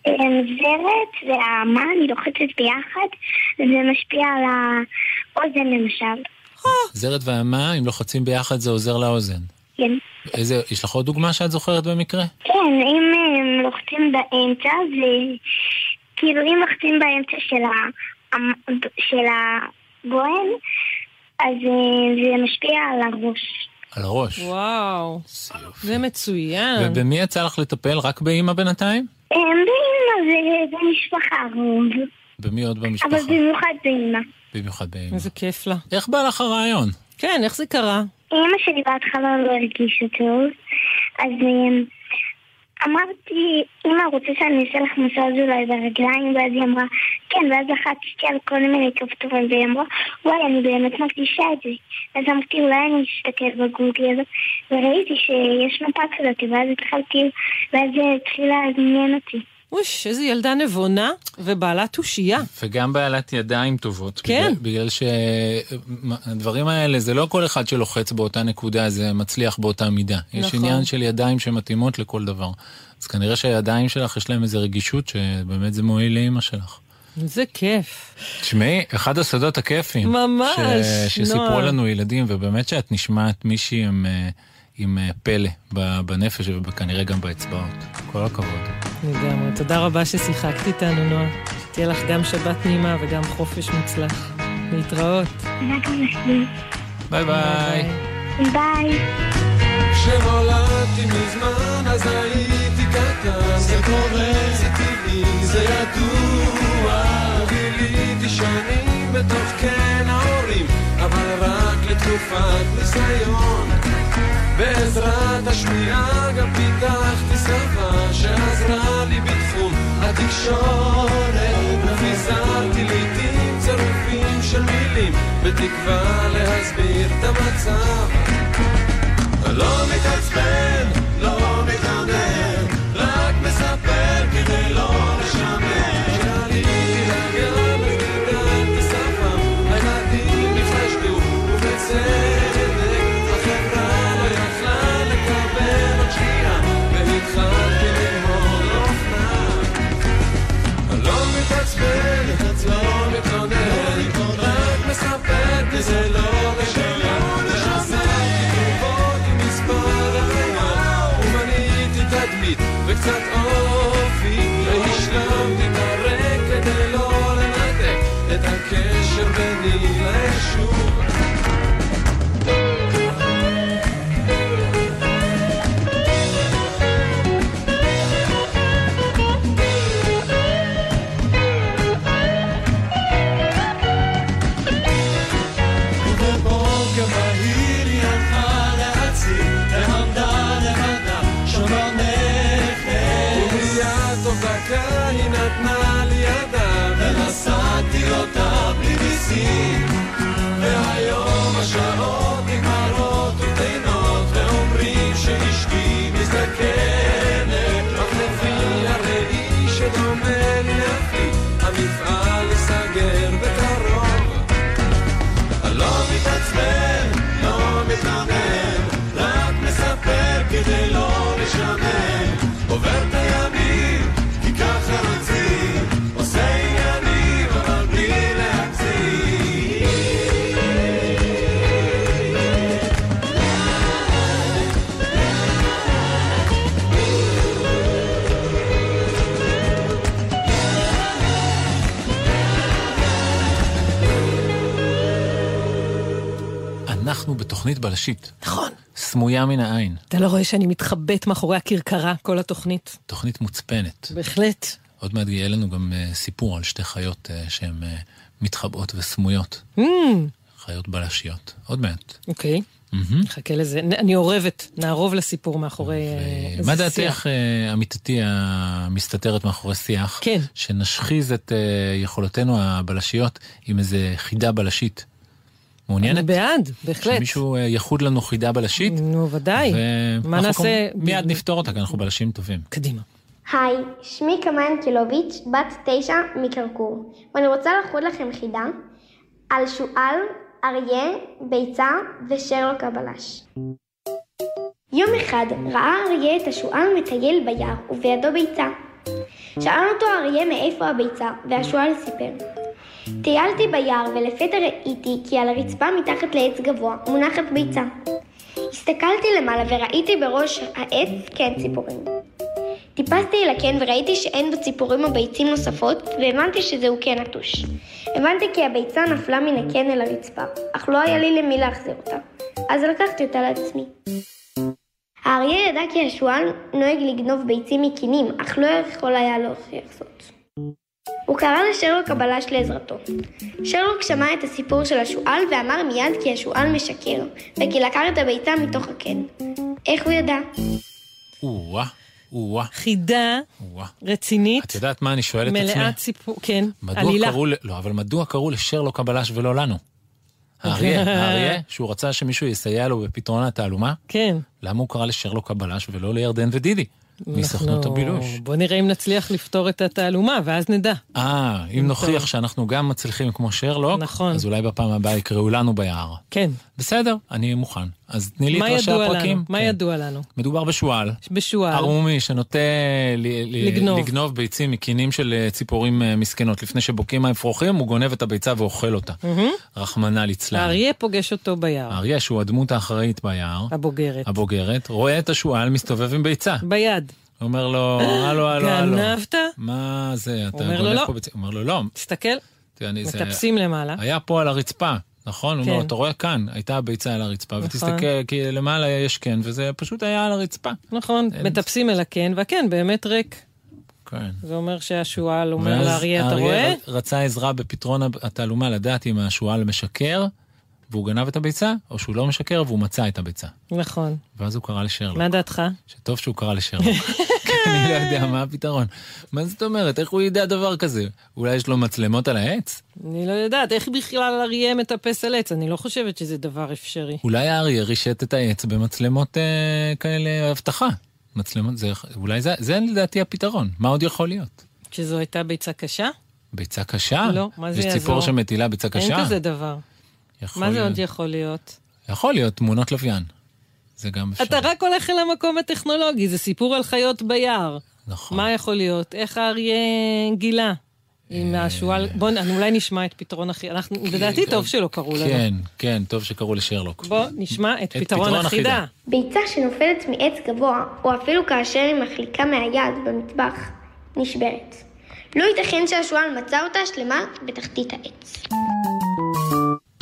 Speaker 13: אמ, זרת והאמה, אני לוחצת ביחד, זה משפיע על האוזן למשל.
Speaker 1: זרת והמה, אם לוחצים ביחד זה עוזר לאוזן.
Speaker 13: כן.
Speaker 1: איזה, יש לך עוד דוגמה שאת זוכרת במקרה?
Speaker 13: כן, אם הם לוחצים באמצע, זה כאילו אם לוחצים באמצע של, ה... המ- של הגוהן, אז אה, זה משפיע על הראש.
Speaker 1: על הראש.
Speaker 2: וואו, זה מצוין.
Speaker 1: ובמי יצא לך לטפל? רק באימא בינתיים?
Speaker 13: אה, באמא זה במשפחה רוב,
Speaker 1: במי עוד במשפחה?
Speaker 13: אבל לא- במיוחד באמא.
Speaker 1: במיוחד באמא.
Speaker 2: איזה כיף לה.
Speaker 1: איך בא לך הרעיון?
Speaker 2: כן, איך זה קרה?
Speaker 13: אמא שלי בהתחלה לא הרגישה טוב, אז אמ, אמרתי, אמא רוצה שאני אעשה לך מסאז אולי ברגליים, ואז היא אמרה, כן, ואז לחצתי על כל מיני כפתורים, והיא אמרה, וואי, אני באמת מרגישה את זה. אז אמרתי, אולי אני אסתכל בגוגל, וראיתי שיש מפה כזאת, ואז התחלתי, ואז זה התחיל לעניין אותי.
Speaker 2: אוש, איזה ילדה נבונה ובעלת תושייה.
Speaker 1: וגם בעלת ידיים טובות.
Speaker 2: כן.
Speaker 1: בגלל, בגלל שהדברים האלה, זה לא כל אחד שלוחץ באותה נקודה, זה מצליח באותה מידה. יש
Speaker 2: נכון.
Speaker 1: עניין של ידיים שמתאימות לכל דבר. אז כנראה שהידיים שלך, יש להם איזו רגישות שבאמת זה מועיל לאימא שלך.
Speaker 2: זה כיף.
Speaker 1: תשמעי, אחד הסודות הכיפים.
Speaker 2: ממש,
Speaker 1: ש... שסיפרו
Speaker 2: נועה.
Speaker 1: לנו ילדים, ובאמת שאת נשמעת מישהי עם, אה, עם אה, פלא ב- בנפש וכנראה גם באצבעות. כל הכבוד.
Speaker 2: לגמרי. תודה רבה ששיחקת איתנו, נועה. שתהיה לך גם שבת נעימה וגם חופש מוצלח. להתראות.
Speaker 1: ביי ביי.
Speaker 13: ביי.
Speaker 3: כשנולדתי מזמן אז הייתי קטן זה קורה, זה טבעי, זה ידוע גיליתי שאני בתוך כן ההורים אבל רק לתקופת ניסיון בעזרת השמיעה גם פיתחתי שפה שעזרה לי בתחום התקשורת ופיזרתי לעיתים צירופים של מילים בתקווה להסביר את המצב לא מתעצבן, לא מתלונן, רק מספר כדי לא לשמר. כשעליתי לגן אז גידלתי שפה, הילדים נפגשנו, ובצדק, החבר'ה לא לא קצת אופי, והשלמתי את הריק כדי לא לנתק את הקשר ביני ליישוב. ובבוקר בהיר היא הלכה להציל, ועמדה לבדה, שומר נכס. ומיד תוך דקה היא נתנה לי ידה, ונשאתי אותה בלי ניסים. והיום השעות נגמרות וטעינות, ואומרים שאשתי מזדקנת. מחלפי הראי שדומה לי אבי, המפעל ייסגר בקרוב. לא מתעצבן, לא מתלונן, רק מספר כדי לא לשמן. עובר את הימים, כי ככה רוצים, עושה עניינים, אבל בלי להגזים.
Speaker 1: אנחנו בתוכנית בלשית. נכון. סמויה מן העין,
Speaker 2: אתה לא רואה שאני מתחבאת מאחורי הכרכרה כל התוכנית?
Speaker 1: תוכנית מוצפנת.
Speaker 2: בהחלט.
Speaker 1: עוד מעט יהיה לנו גם אה, סיפור על שתי חיות אה, שהן אה, מתחבאות וסמויות,
Speaker 2: Mm,
Speaker 1: חיות בלשיות. עוד מעט.
Speaker 2: אוקיי,
Speaker 1: מהמם.
Speaker 2: חכה לזה. נ- אני אורבת, נערוב לסיפור מאחורי אה, איזה
Speaker 1: מה
Speaker 2: שיח.
Speaker 1: דעתך, אה, עמיתתי המסתתרת מאחורי שיח, כן. שנשחיז את אה, יכולותינו הבלשיות עם איזה חידה בלשית? מעוניינת?
Speaker 2: אני בעד, בהחלט.
Speaker 1: שמישהו אה, יחוד לנו חידה בלשית?
Speaker 2: נו, ודאי. מה
Speaker 1: ואנחנו
Speaker 2: נעשה?
Speaker 1: כמובן מיד נפתור אותה, כי אנחנו בלשים טובים.
Speaker 2: קדימה.
Speaker 14: היי, שמי קמן קילוביץ', בת תשע מקרקור, ואני רוצה לחוד לכם חידה על שועל, אריה, ביצה ושרלוק הבלש. יום אחד ראה אריה את השועל מטייל ביער ובידו ביצה. שאל אותו האריה מאיפה הביצה, והשועל סיפר. טיילתי ביער ולפתע ראיתי כי על הרצפה מתחת לעץ גבוה מונחת ביצה. הסתכלתי למעלה וראיתי בראש העץ קן ציפורים. טיפסתי אל הקן וראיתי שאין בציפורים או ביצים נוספות, והבנתי שזהו קן נטוש. הבנתי כי הביצה נפלה מן הקן אל הרצפה, אך לא היה לי למי להחזיר אותה, אז לקחתי אותה לעצמי. האריה ידע כי השועל נוהג לגנוב ביצים מקינים, אך לא יכול היה להוכיח זאת. הוא קרא לשרלוק הבלש לעזרתו. שרלוק שמע את הסיפור של השועל ואמר מיד כי השועל משקר, וכי לקח את הביצה מתוך הקן. איך הוא ידע?
Speaker 1: או-אה, או-אה.
Speaker 2: חידה רצינית,
Speaker 1: את יודעת מה אני שואל את עצמי?
Speaker 2: מלאת סיפור, כן,
Speaker 1: מדוע
Speaker 2: עלילה.
Speaker 1: קראו, ל- לא, אבל מדוע קראו לשרלוק הבלש ולא לנו?
Speaker 2: כן.
Speaker 1: האריה, האריה, שהוא רצה שמישהו יסייע לו בפתרון התעלומה,
Speaker 2: כן. נכון.
Speaker 1: למה הוא קרא לשרלוק הבלש ולא לירדן ודידי? מסוכנות
Speaker 2: אנחנו-
Speaker 1: הבילוש.
Speaker 2: בוא נראה אם נצליח לפתור את התעלומה, ואז נדע.
Speaker 1: אה,
Speaker 2: נכון.
Speaker 1: אם נוכיח שאנחנו גם מצליחים כמו שרלוק, נכון. אז אולי בפעם הבאה יקראו לנו ביער.
Speaker 2: כן.
Speaker 1: בסדר, אני מוכן. אז תני לי
Speaker 2: מה
Speaker 1: את ראשי
Speaker 2: ידוע לנו?
Speaker 1: הפרקים. כן.
Speaker 2: מה ידוע לנו?
Speaker 1: מדובר בשועל.
Speaker 2: בשועל.
Speaker 1: ערומי שנוטה ל- ל-
Speaker 2: לגנוב.
Speaker 1: לגנוב ביצים מקינים של אה, ציפורים אה, מסכנות. לפני שבוקעים האפרוחים, הוא גונב את הביצה ואוכל אותה.
Speaker 2: מהמם.
Speaker 1: רחמנא ליצלן.
Speaker 2: האריה פוגש אותו ביער,
Speaker 1: האריה, שהוא הדמות האחראית ביער,
Speaker 2: הבוגרת.
Speaker 1: הבוגרת, רואה את השועל מסתובב עם ביצה.
Speaker 2: ביד.
Speaker 1: אומר לו, הלו, הלו, הלו.
Speaker 2: גנבת?
Speaker 1: מה זה, אתה
Speaker 2: אומר לו,
Speaker 1: גונב
Speaker 2: לא.
Speaker 1: פה ביצה? אומר לו, לא.
Speaker 2: תסתכל,
Speaker 1: תראה, אני- זה-
Speaker 2: מטפסים למעלה.
Speaker 1: היה פה על הרצפה, נכון? הוא
Speaker 2: כן. נכון.
Speaker 1: אומר, אתה רואה כאן, הייתה הביצה על הרצפה, ותסתכל, כי למעלה יש קן, וזה פשוט היה על הרצפה.
Speaker 2: נכון,
Speaker 1: אין-
Speaker 2: מטפסים אל הקן, והקן באמת ריק.
Speaker 1: כן.
Speaker 2: זה אומר שהשועל אומר
Speaker 1: ואז
Speaker 2: לאריה, אתה רואה?
Speaker 1: ר- רצה עזרה בפתרון הב- התעלומה לדעת אם השועל משקר, והוא גנב את הביצה, או שהוא לא משקר והוא מצא את הביצה.
Speaker 2: נכון.
Speaker 1: ואז הוא קרא לשרלוק.
Speaker 2: מה דעתך?
Speaker 1: שטוב שהוא קרא לשרלוק. כי אני לא יודע מה הפתרון. מה זאת אומרת? איך הוא ידע דבר כזה? אולי יש לו מצלמות על העץ?
Speaker 2: אני לא יודעת, איך בכלל אריה מטפס על עץ? אני לא חושבת שזה דבר אפשרי.
Speaker 1: אולי האריה רישת את העץ במצלמות אה, כאלה אבטחה. מצלמות, זה, אולי זה, זה לדעתי הפתרון. מה עוד יכול להיות?
Speaker 2: שזו הייתה ביצה קשה?
Speaker 1: ביצה קשה?
Speaker 2: לא, מה זה
Speaker 1: יש
Speaker 2: יעזור?
Speaker 1: ציפור שמטילה ביצה קשה?
Speaker 2: אין כזה דבר.
Speaker 1: יכול
Speaker 2: מה זה
Speaker 1: להיות.
Speaker 2: עוד יכול להיות?
Speaker 1: יכול להיות תמונות לוויין. זה גם אפשר.
Speaker 2: אתה רק הולך אל המקום הטכנולוגי, זה סיפור על חיות ביער.
Speaker 1: נכון.
Speaker 2: מה יכול להיות? איך האריה גילה? עם
Speaker 1: אה,
Speaker 2: השועל, בואו, אולי נשמע את פתרון הכי... אנחנו, לדעתי טוב שלא קראו לנו.
Speaker 1: כן, כן, טוב שקראו לשרלוק.
Speaker 2: בואו נשמע את
Speaker 1: את
Speaker 2: פתרון
Speaker 1: פתרון
Speaker 2: החידה.
Speaker 1: החידה.
Speaker 14: ביצה שנופלת מעץ גבוה, או אפילו כאשר היא מחליקה מהיד במטבח, נשברת. לא ייתכן שהשועל מצא אותה שלמה בתחתית העץ.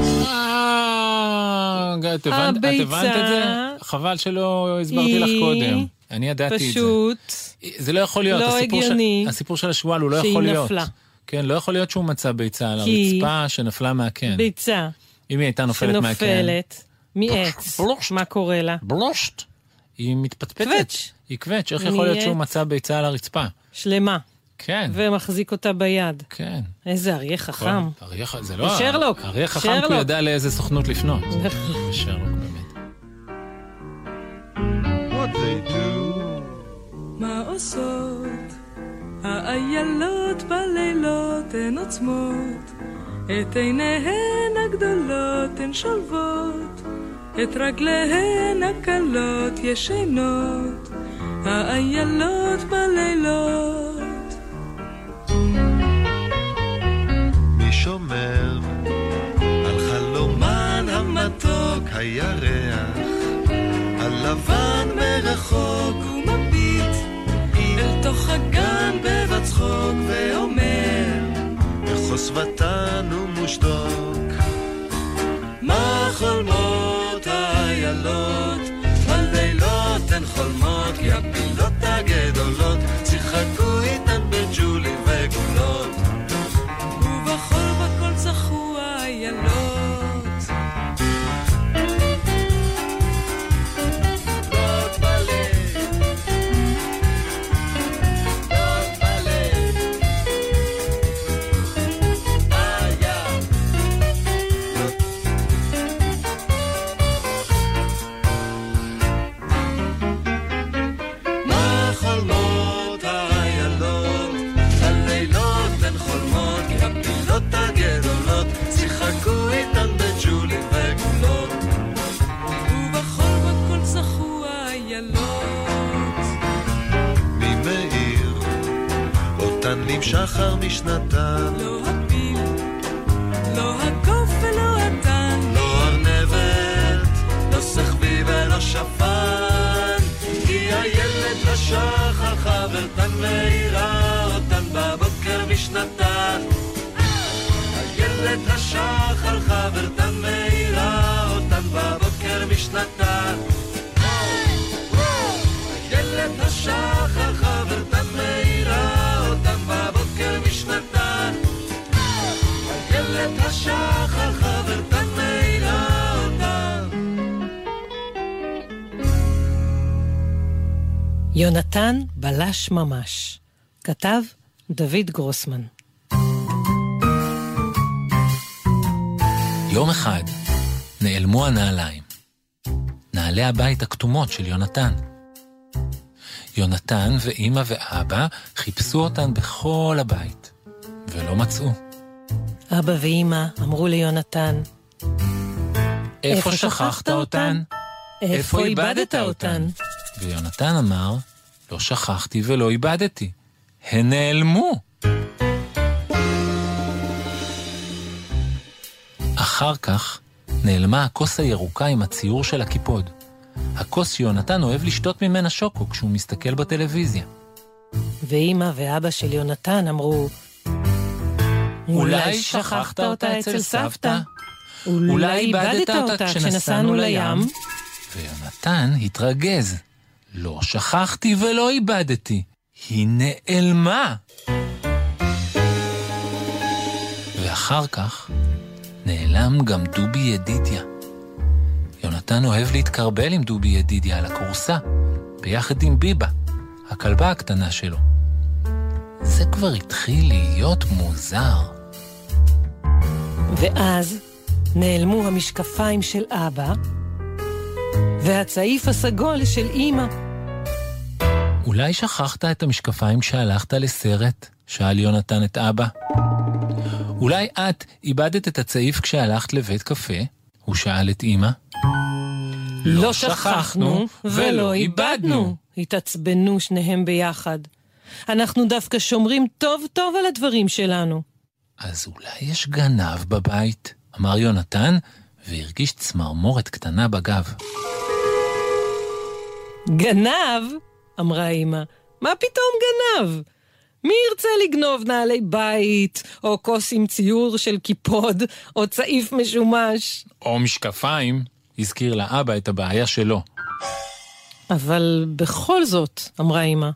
Speaker 1: אה, את הבנת את הבנת את זה? חבל שלא הסברתי לך
Speaker 2: היא
Speaker 1: קודם. אני ידעתי את זה.
Speaker 2: פשוט
Speaker 1: זה לא יכול להיות.
Speaker 2: לא
Speaker 1: הסיפור של-
Speaker 2: הגיוני
Speaker 1: הסיפור של השועל הוא לא
Speaker 2: שהיא
Speaker 1: יכול להיות.
Speaker 2: נפלה.
Speaker 1: כן, לא יכול להיות שהוא מצא ביצה על
Speaker 2: כי-
Speaker 1: הרצפה שנפלה מהקן.
Speaker 2: ביצה
Speaker 1: אם היא הייתה נופלת מהקן.
Speaker 2: שנופלת מעץ, מה קורה לה?
Speaker 1: בלושט. היא מתפטפטת.
Speaker 2: קווץ'.
Speaker 1: היא קווץ', איך יכול להיות
Speaker 2: נהיית
Speaker 1: שהוא מצא ביצה על הרצפה?
Speaker 2: שלמה.
Speaker 1: כן.
Speaker 2: ומחזיק אותה ביד.
Speaker 1: כן.
Speaker 2: איזה אריה חכם.
Speaker 1: כל- אריה ח- זה לא...
Speaker 2: שרלוק,
Speaker 1: אריה חכם כי הוא
Speaker 2: שרלוק.
Speaker 1: ידע לאיזה סוכנות לפנות. שרלוק.
Speaker 3: What they do,
Speaker 15: מה עושות? האיילות בלילות הן עוצמות, את עיניהן הגדולות הן שולבות, את רגליהן הקלות ישנות, האיילות בלילות.
Speaker 3: מי שומר על חלומן המתוק הירח, הלבן מרחוק
Speaker 15: ומביט אל תוך הגן בבצחוק ואומר
Speaker 3: בחוסבתן ומושתוק. מה חולמות האיילות? בלילות הן חולמות, כי הפילות הגדולות שיחקו איתן בג'ולי וגולות.
Speaker 15: ובחול בכל צחו האיילות.
Speaker 3: מה חולמות האיילות? הלילות הן חולמות, כי הפילות הגדולות שיחקו איתן בג'ולים וגולות.
Speaker 15: ובחול בכל צחו האיילות.
Speaker 3: מי מאיר? אותן נמשך הר משנתן.
Speaker 15: לא הפיל, לא הקוף ולא התן.
Speaker 3: לא ארנבת, לא סחבי ולא שפן. כי הילד לא שחר חברתן מאירה אותן בבוקר משנתן. הילד השחר חברתן מאירה אותן בבוקר משנתן. הילד השחר חברתן מאירה אותן בבוקר משנתן. הילד השחר חברתן מאירה אותן.
Speaker 2: יונתן בלש ממש. כתב דוד גרוסמן.
Speaker 1: יום אחד נעלמו הנעליים. נעלי הבית הכתומות של יונתן. יונתן ואימא ואבא חיפשו אותן בכל הבית, ולא מצאו.
Speaker 2: אבא ואימא אמרו ליונתן,
Speaker 1: איפה שכחת אותן?
Speaker 2: איפה איבדת אותן?
Speaker 1: ויונתן אמר, לא שכחתי ולא איבדתי. הן נעלמו. אחר כך נעלמה הכוס הירוקה עם הציור של הקיפוד. הכוס שיונתן אוהב לשתות ממנה שוקו כשהוא מסתכל בטלוויזיה.
Speaker 2: ואימא ואבא של יונתן אמרו,
Speaker 1: אולי שכחת אותה אצל סבתא? אולי איבדת אותה כשנסענו לים? ויונתן התרגז. לא שכחתי ולא איבדתי. היא נעלמה. ואחר כך נעלם גם דובי ידידיה. יונתן אוהב להתקרבל עם דובי ידידיה על הכורסה, ביחד עם ביבה, הכלבה הקטנה שלו. זה כבר התחיל להיות מוזר.
Speaker 2: ואז נעלמו המשקפיים של אבא והצעיף הסגול של אימא.
Speaker 1: אולי שכחת את המשקפיים כשהלכת לסרט? שאל יונתן את אבא. אולי את איבדת את הצעיף כשהלכת לבית קפה? הוא שאל את אמא.
Speaker 2: "לא
Speaker 1: לא
Speaker 2: התעצבנו שניהם ביחד. אנחנו דווקא שומרים טוב טוב על הדברים שלנו.
Speaker 1: אז אולי יש גנב בבית? אמר יונתן, והרגיש צמרמורת קטנה בגב.
Speaker 2: גנב? אמרה אמא. מה פתאום גנב? מי ירצה לגנוב נעלי בית, או כוס עם ציור של קיפוד, או צעיף משומש?
Speaker 1: או משקפיים, הזכיר לאבא את הבעיה שלו.
Speaker 2: אבל בכל זאת, אמרה אמא,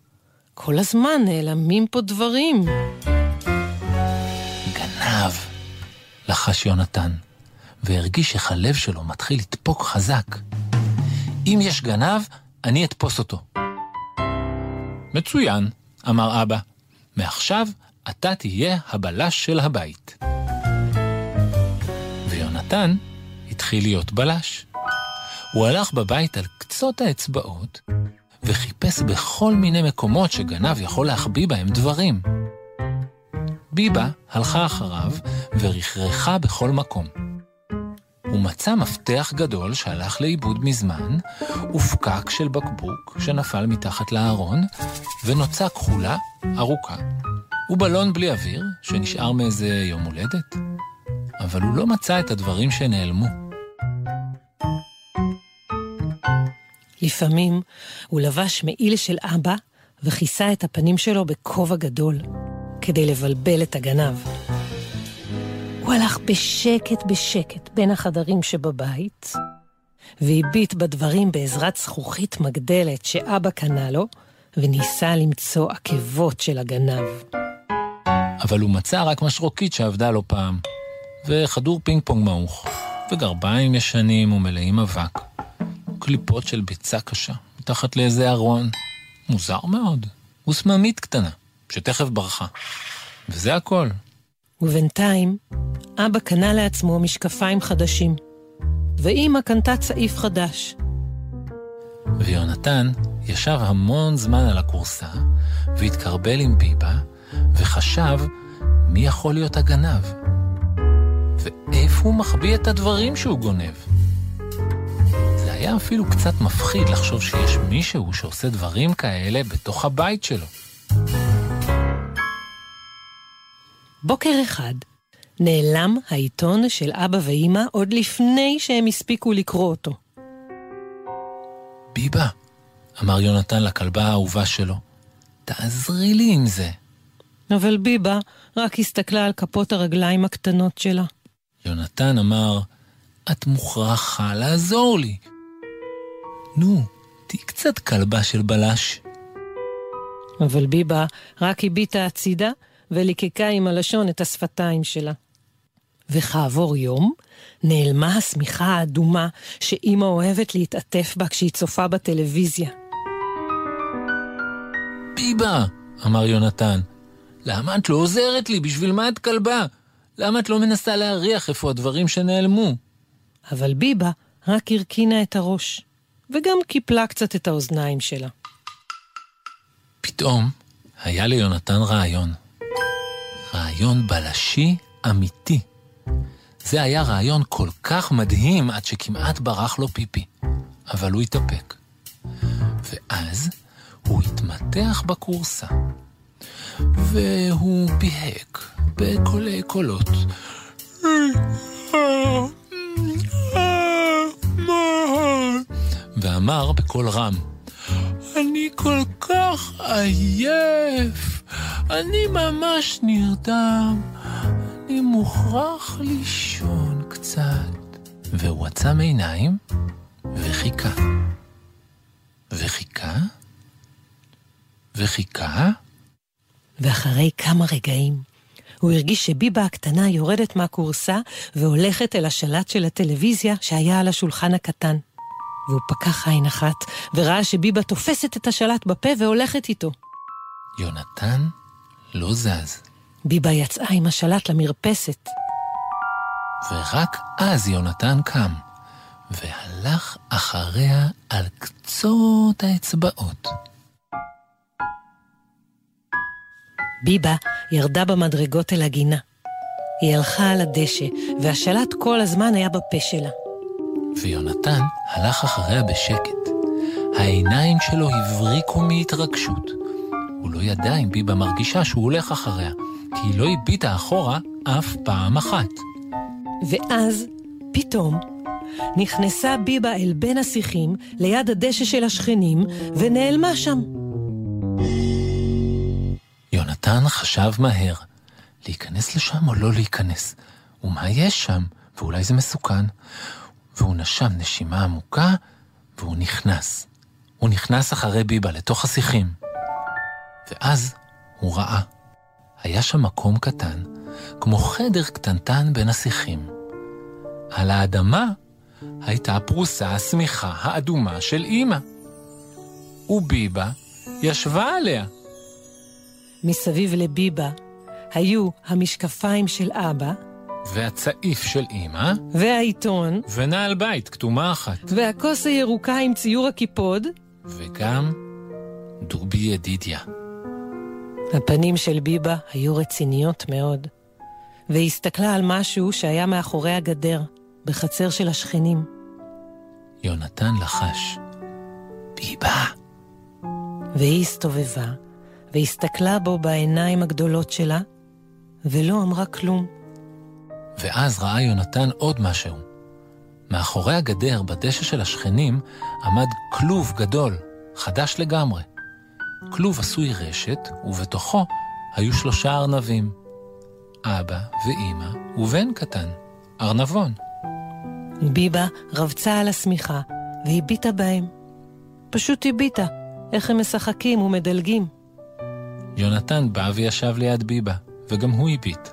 Speaker 2: כל הזמן נעלמים פה דברים.
Speaker 1: גנב, לחש יונתן, והרגיש איך הלב שלו מתחיל לדפוק חזק. אם יש גנב, אני אתפוס אותו. מצוין, אמר אבא, מעכשיו אתה תהיה הבלש של הבית. ויונתן התחיל להיות בלש. הוא הלך בבית על קצות האצבעות, וחיפש בכל מיני מקומות שגנב יכול להחביא בהם דברים. ביבה הלכה אחריו ורכרכה בכל מקום. הוא מצא מפתח גדול שהלך לאיבוד מזמן, ופקק של בקבוק שנפל מתחת לארון, ונוצה כחולה ארוכה, ובלון בלי אוויר שנשאר מאיזה יום הולדת. אבל הוא לא מצא את הדברים שנעלמו.
Speaker 2: לפעמים הוא לבש מעיל של אבא וכיסה את הפנים שלו בכובע גדול, כדי לבלבל את הגנב. הוא הלך בשקט בשקט בין החדרים שבבית, והביט בדברים בעזרת זכוכית מגדלת שאבא קנה לו, וניסה למצוא עקבות של הגנב.
Speaker 1: אבל הוא מצא רק משרוקית שעבדה לו פעם, וכדור פינג פונג מעוך, וגרביים ישנים ומלאים אבק, קליפות של ביצה קשה, מתחת לאיזה ארון. מוזר מאוד. וסממית קטנה, שתכף ברחה. וזה הכל.
Speaker 2: ובינתיים, אבא קנה לעצמו משקפיים חדשים, ואימא קנתה צעיף חדש.
Speaker 1: ויונתן ישב המון זמן על הכורסה, והתקרבל עם ביבה, וחשב מי יכול להיות הגנב, ואיפה הוא מחביא את הדברים שהוא גונב. זה היה אפילו קצת מפחיד לחשוב שיש מישהו שעושה דברים כאלה בתוך הבית שלו.
Speaker 2: בוקר אחד נעלם העיתון של אבא ואימא עוד לפני שהם הספיקו לקרוא אותו.
Speaker 1: ביבה, אמר יונתן לכלבה האהובה שלו, תעזרי לי עם זה.
Speaker 2: אבל ביבה רק הסתכלה על כפות הרגליים הקטנות שלה.
Speaker 1: יונתן אמר, את מוכרחה לעזור לי. נו, תהיי קצת כלבה של בלש.
Speaker 2: אבל ביבה רק הביטה הצידה וליקקה עם הלשון את השפתיים שלה. וכעבור יום, נעלמה השמיכה האדומה שאימא אוהבת להתעטף בה כשהיא צופה בטלוויזיה.
Speaker 1: ביבה, אמר יונתן, למה את לא עוזרת לי? בשביל מה את כלבה? למה את לא מנסה להריח איפה הדברים שנעלמו?
Speaker 2: אבל ביבה רק הרכינה את הראש, וגם קיפלה קצת את האוזניים שלה.
Speaker 1: פתאום היה ליונתן רעיון. רעיון בלשי אמיתי. זה היה רעיון כל כך מדהים עד שכמעט ברח לו פיפי, אבל הוא התאפק. ואז הוא התמתח בכורסה, והוא פיהק בקולי קולות. ואמר בקול רם, אני כל כך עייף, אני ממש נרדם, אני מוכרח לישון קצת. והוא עצם עיניים וחיכה. וחיכה, וחיכה.
Speaker 2: ואחרי כמה רגעים, הוא הרגיש שביבה הקטנה יורדת מהכורסה והולכת אל השלט של הטלוויזיה שהיה על השולחן הקטן. והוא פקח עין אחת וראה שביבה תופסת את השלט בפה והולכת איתו.
Speaker 1: יונתן לא זז.
Speaker 2: ביבה יצאה עם השלט למרפסת.
Speaker 1: ורק אז יונתן קם, והלך אחריה על קצות האצבעות.
Speaker 2: ביבה ירדה במדרגות אל הגינה. היא הלכה על הדשא, והשלט כל הזמן היה בפה שלה.
Speaker 1: ויונתן הלך אחריה בשקט. העיניים שלו הבריקו מהתרגשות. הוא לא ידע אם ביבה מרגישה שהוא הולך אחריה, כי היא לא הביטה אחורה אף פעם אחת.
Speaker 2: ואז, פתאום, נכנסה ביבה אל בין השיחים, ליד הדשא של השכנים, ונעלמה שם.
Speaker 1: יונתן חשב מהר, להיכנס לשם או לא להיכנס? ומה יש שם? ואולי זה מסוכן. והוא נשם נשימה עמוקה, והוא נכנס. הוא נכנס אחרי ביבה לתוך השיחים. ואז הוא ראה. היה שם מקום קטן, כמו חדר קטנטן בין השיחים. על האדמה הייתה פרוסה השמיכה האדומה של אימא. וביבה ישבה עליה.
Speaker 2: מסביב לביבה היו המשקפיים של אבא,
Speaker 1: והצעיף של אימא,
Speaker 2: והעיתון,
Speaker 1: ונעל בית, כתומה אחת,
Speaker 2: והכוס הירוקה עם ציור הקיפוד,
Speaker 1: וגם דובי ידידיה.
Speaker 2: הפנים של ביבה היו רציניות מאוד, והיא הסתכלה על משהו שהיה מאחורי הגדר, בחצר של השכנים.
Speaker 1: יונתן לחש, ביבה.
Speaker 2: והיא הסתובבה, והסתכלה בו בעיניים הגדולות שלה, ולא אמרה כלום.
Speaker 1: ואז ראה יונתן עוד משהו. מאחורי הגדר, בדשא של השכנים, עמד כלוב גדול, חדש לגמרי. כלוב עשוי רשת, ובתוכו היו שלושה ארנבים. אבא ואימא ובן קטן, ארנבון.
Speaker 2: ביבה רבצה על השמיכה, והביטה בהם. פשוט הביטה, איך הם משחקים ומדלגים.
Speaker 1: יונתן בא וישב ליד ביבה, וגם הוא הביט.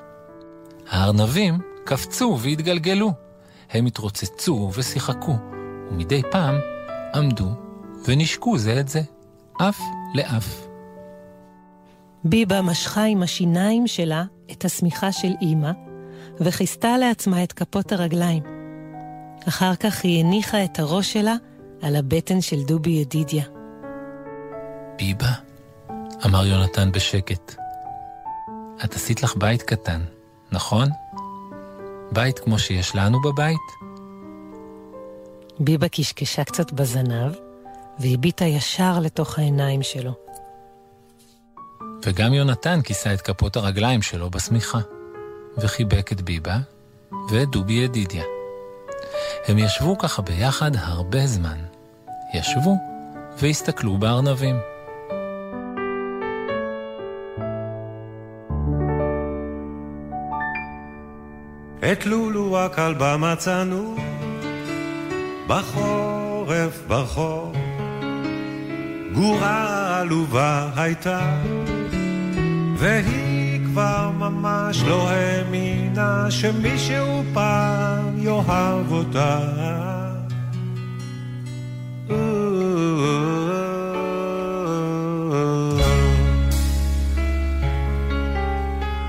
Speaker 1: הארנבים קפצו והתגלגלו. הם התרוצצו ושיחקו, ומדי פעם עמדו ונשקו זה את זה, אף לאף.
Speaker 2: ביבה משכה עם השיניים שלה את השמיכה של אימא, וכיסתה לעצמה את כפות הרגליים. אחר כך היא הניחה את הראש שלה על הבטן של דובי ידידיה.
Speaker 1: ביבה, אמר יונתן בשקט, את עשית לך בית קטן, נכון? בית כמו שיש לנו בבית?
Speaker 2: ביבה קשקשה קצת בזנב, והביטה ישר לתוך העיניים שלו.
Speaker 1: וגם יונתן כיסה את כפות הרגליים שלו בשמיכה, וחיבק את ביבה ואת דובי ידידיה. הם ישבו ככה ביחד הרבה זמן. ישבו והסתכלו בארנבים.
Speaker 16: את לולו הכלבה מצאנו בחורף ברחוב. גורה עלובה הייתה, והיא כבר ממש לא האמינה שמישהו פעם יאהב אותה.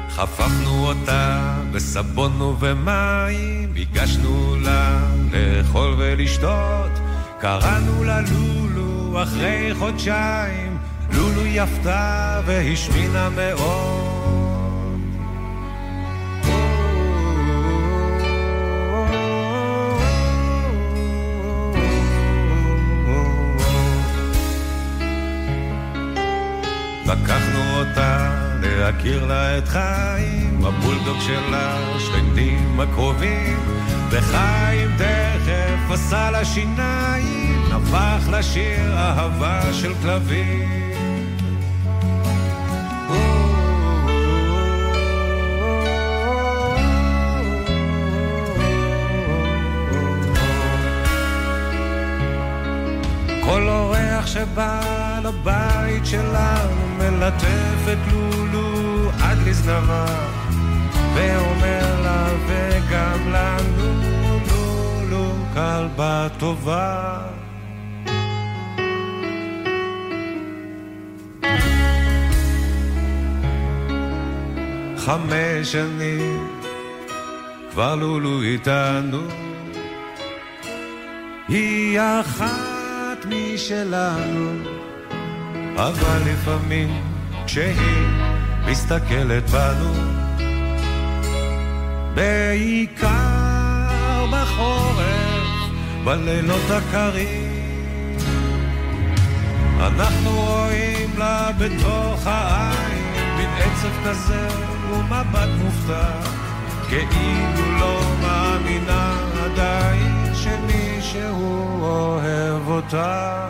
Speaker 16: חפפנו אותה בסבון ובמים, ביקשנו לה לאכול ולשתות, קראנו לה לולו אחרי חודשיים, לולו יפתה והשמינה מאוד. לקחנו אותה להכיר לה את חיים, הבולדוג שלה, שכנים הקרובים. וחיים תכף עשה לה שיניים, הפך לשיר אהבה של כלבים. כל אורח שבא לבית שלנו מלטף את לולו עד לזנבה ואומר לה וגם לנו לולו כלבה טובה חמש שנים כבר לולו איתנו היא אחת משלנו, אבל לפעמים כשהיא מסתכלת בנו, בעיקר בחורף, בלילות הקרים, אנחנו רואים לה בתוך העין, מן עצב כזה ומבט מופתע, כאילו לא מאמינה עדיין שמישהו אוהב אותה.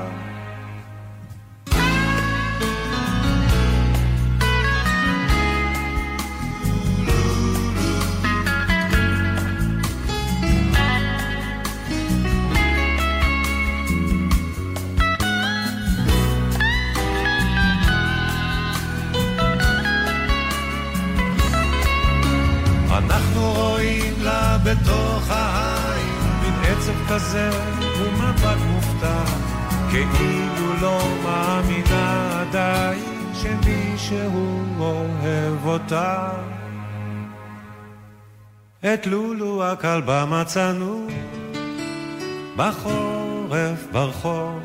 Speaker 16: אנחנו רואים לה בתוך העין, מן עצב כזה ומבט מופתע, כאילו לא מאמינה עדיין שמישהו אוהב אותה. את לולו הכלבה מצאנו בחורף ברחוב,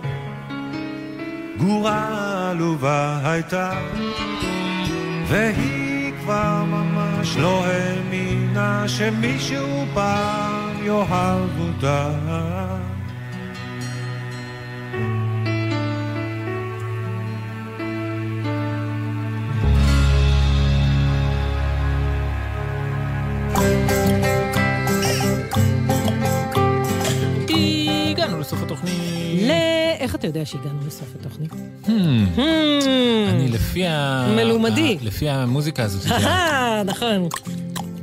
Speaker 16: גורה עלובה הייתה, והיא כבר ממש לא האמינה שמישהו פעם יאהב אותה.
Speaker 1: הגענו לסוף התוכנית.
Speaker 2: ל... איך אתה יודע שהגענו לסוף התוכנית?
Speaker 1: Hmm. אני לפי ה...
Speaker 2: מלומדי.
Speaker 1: ה- לפי המוזיקה הזאת.
Speaker 2: אהה, נכון.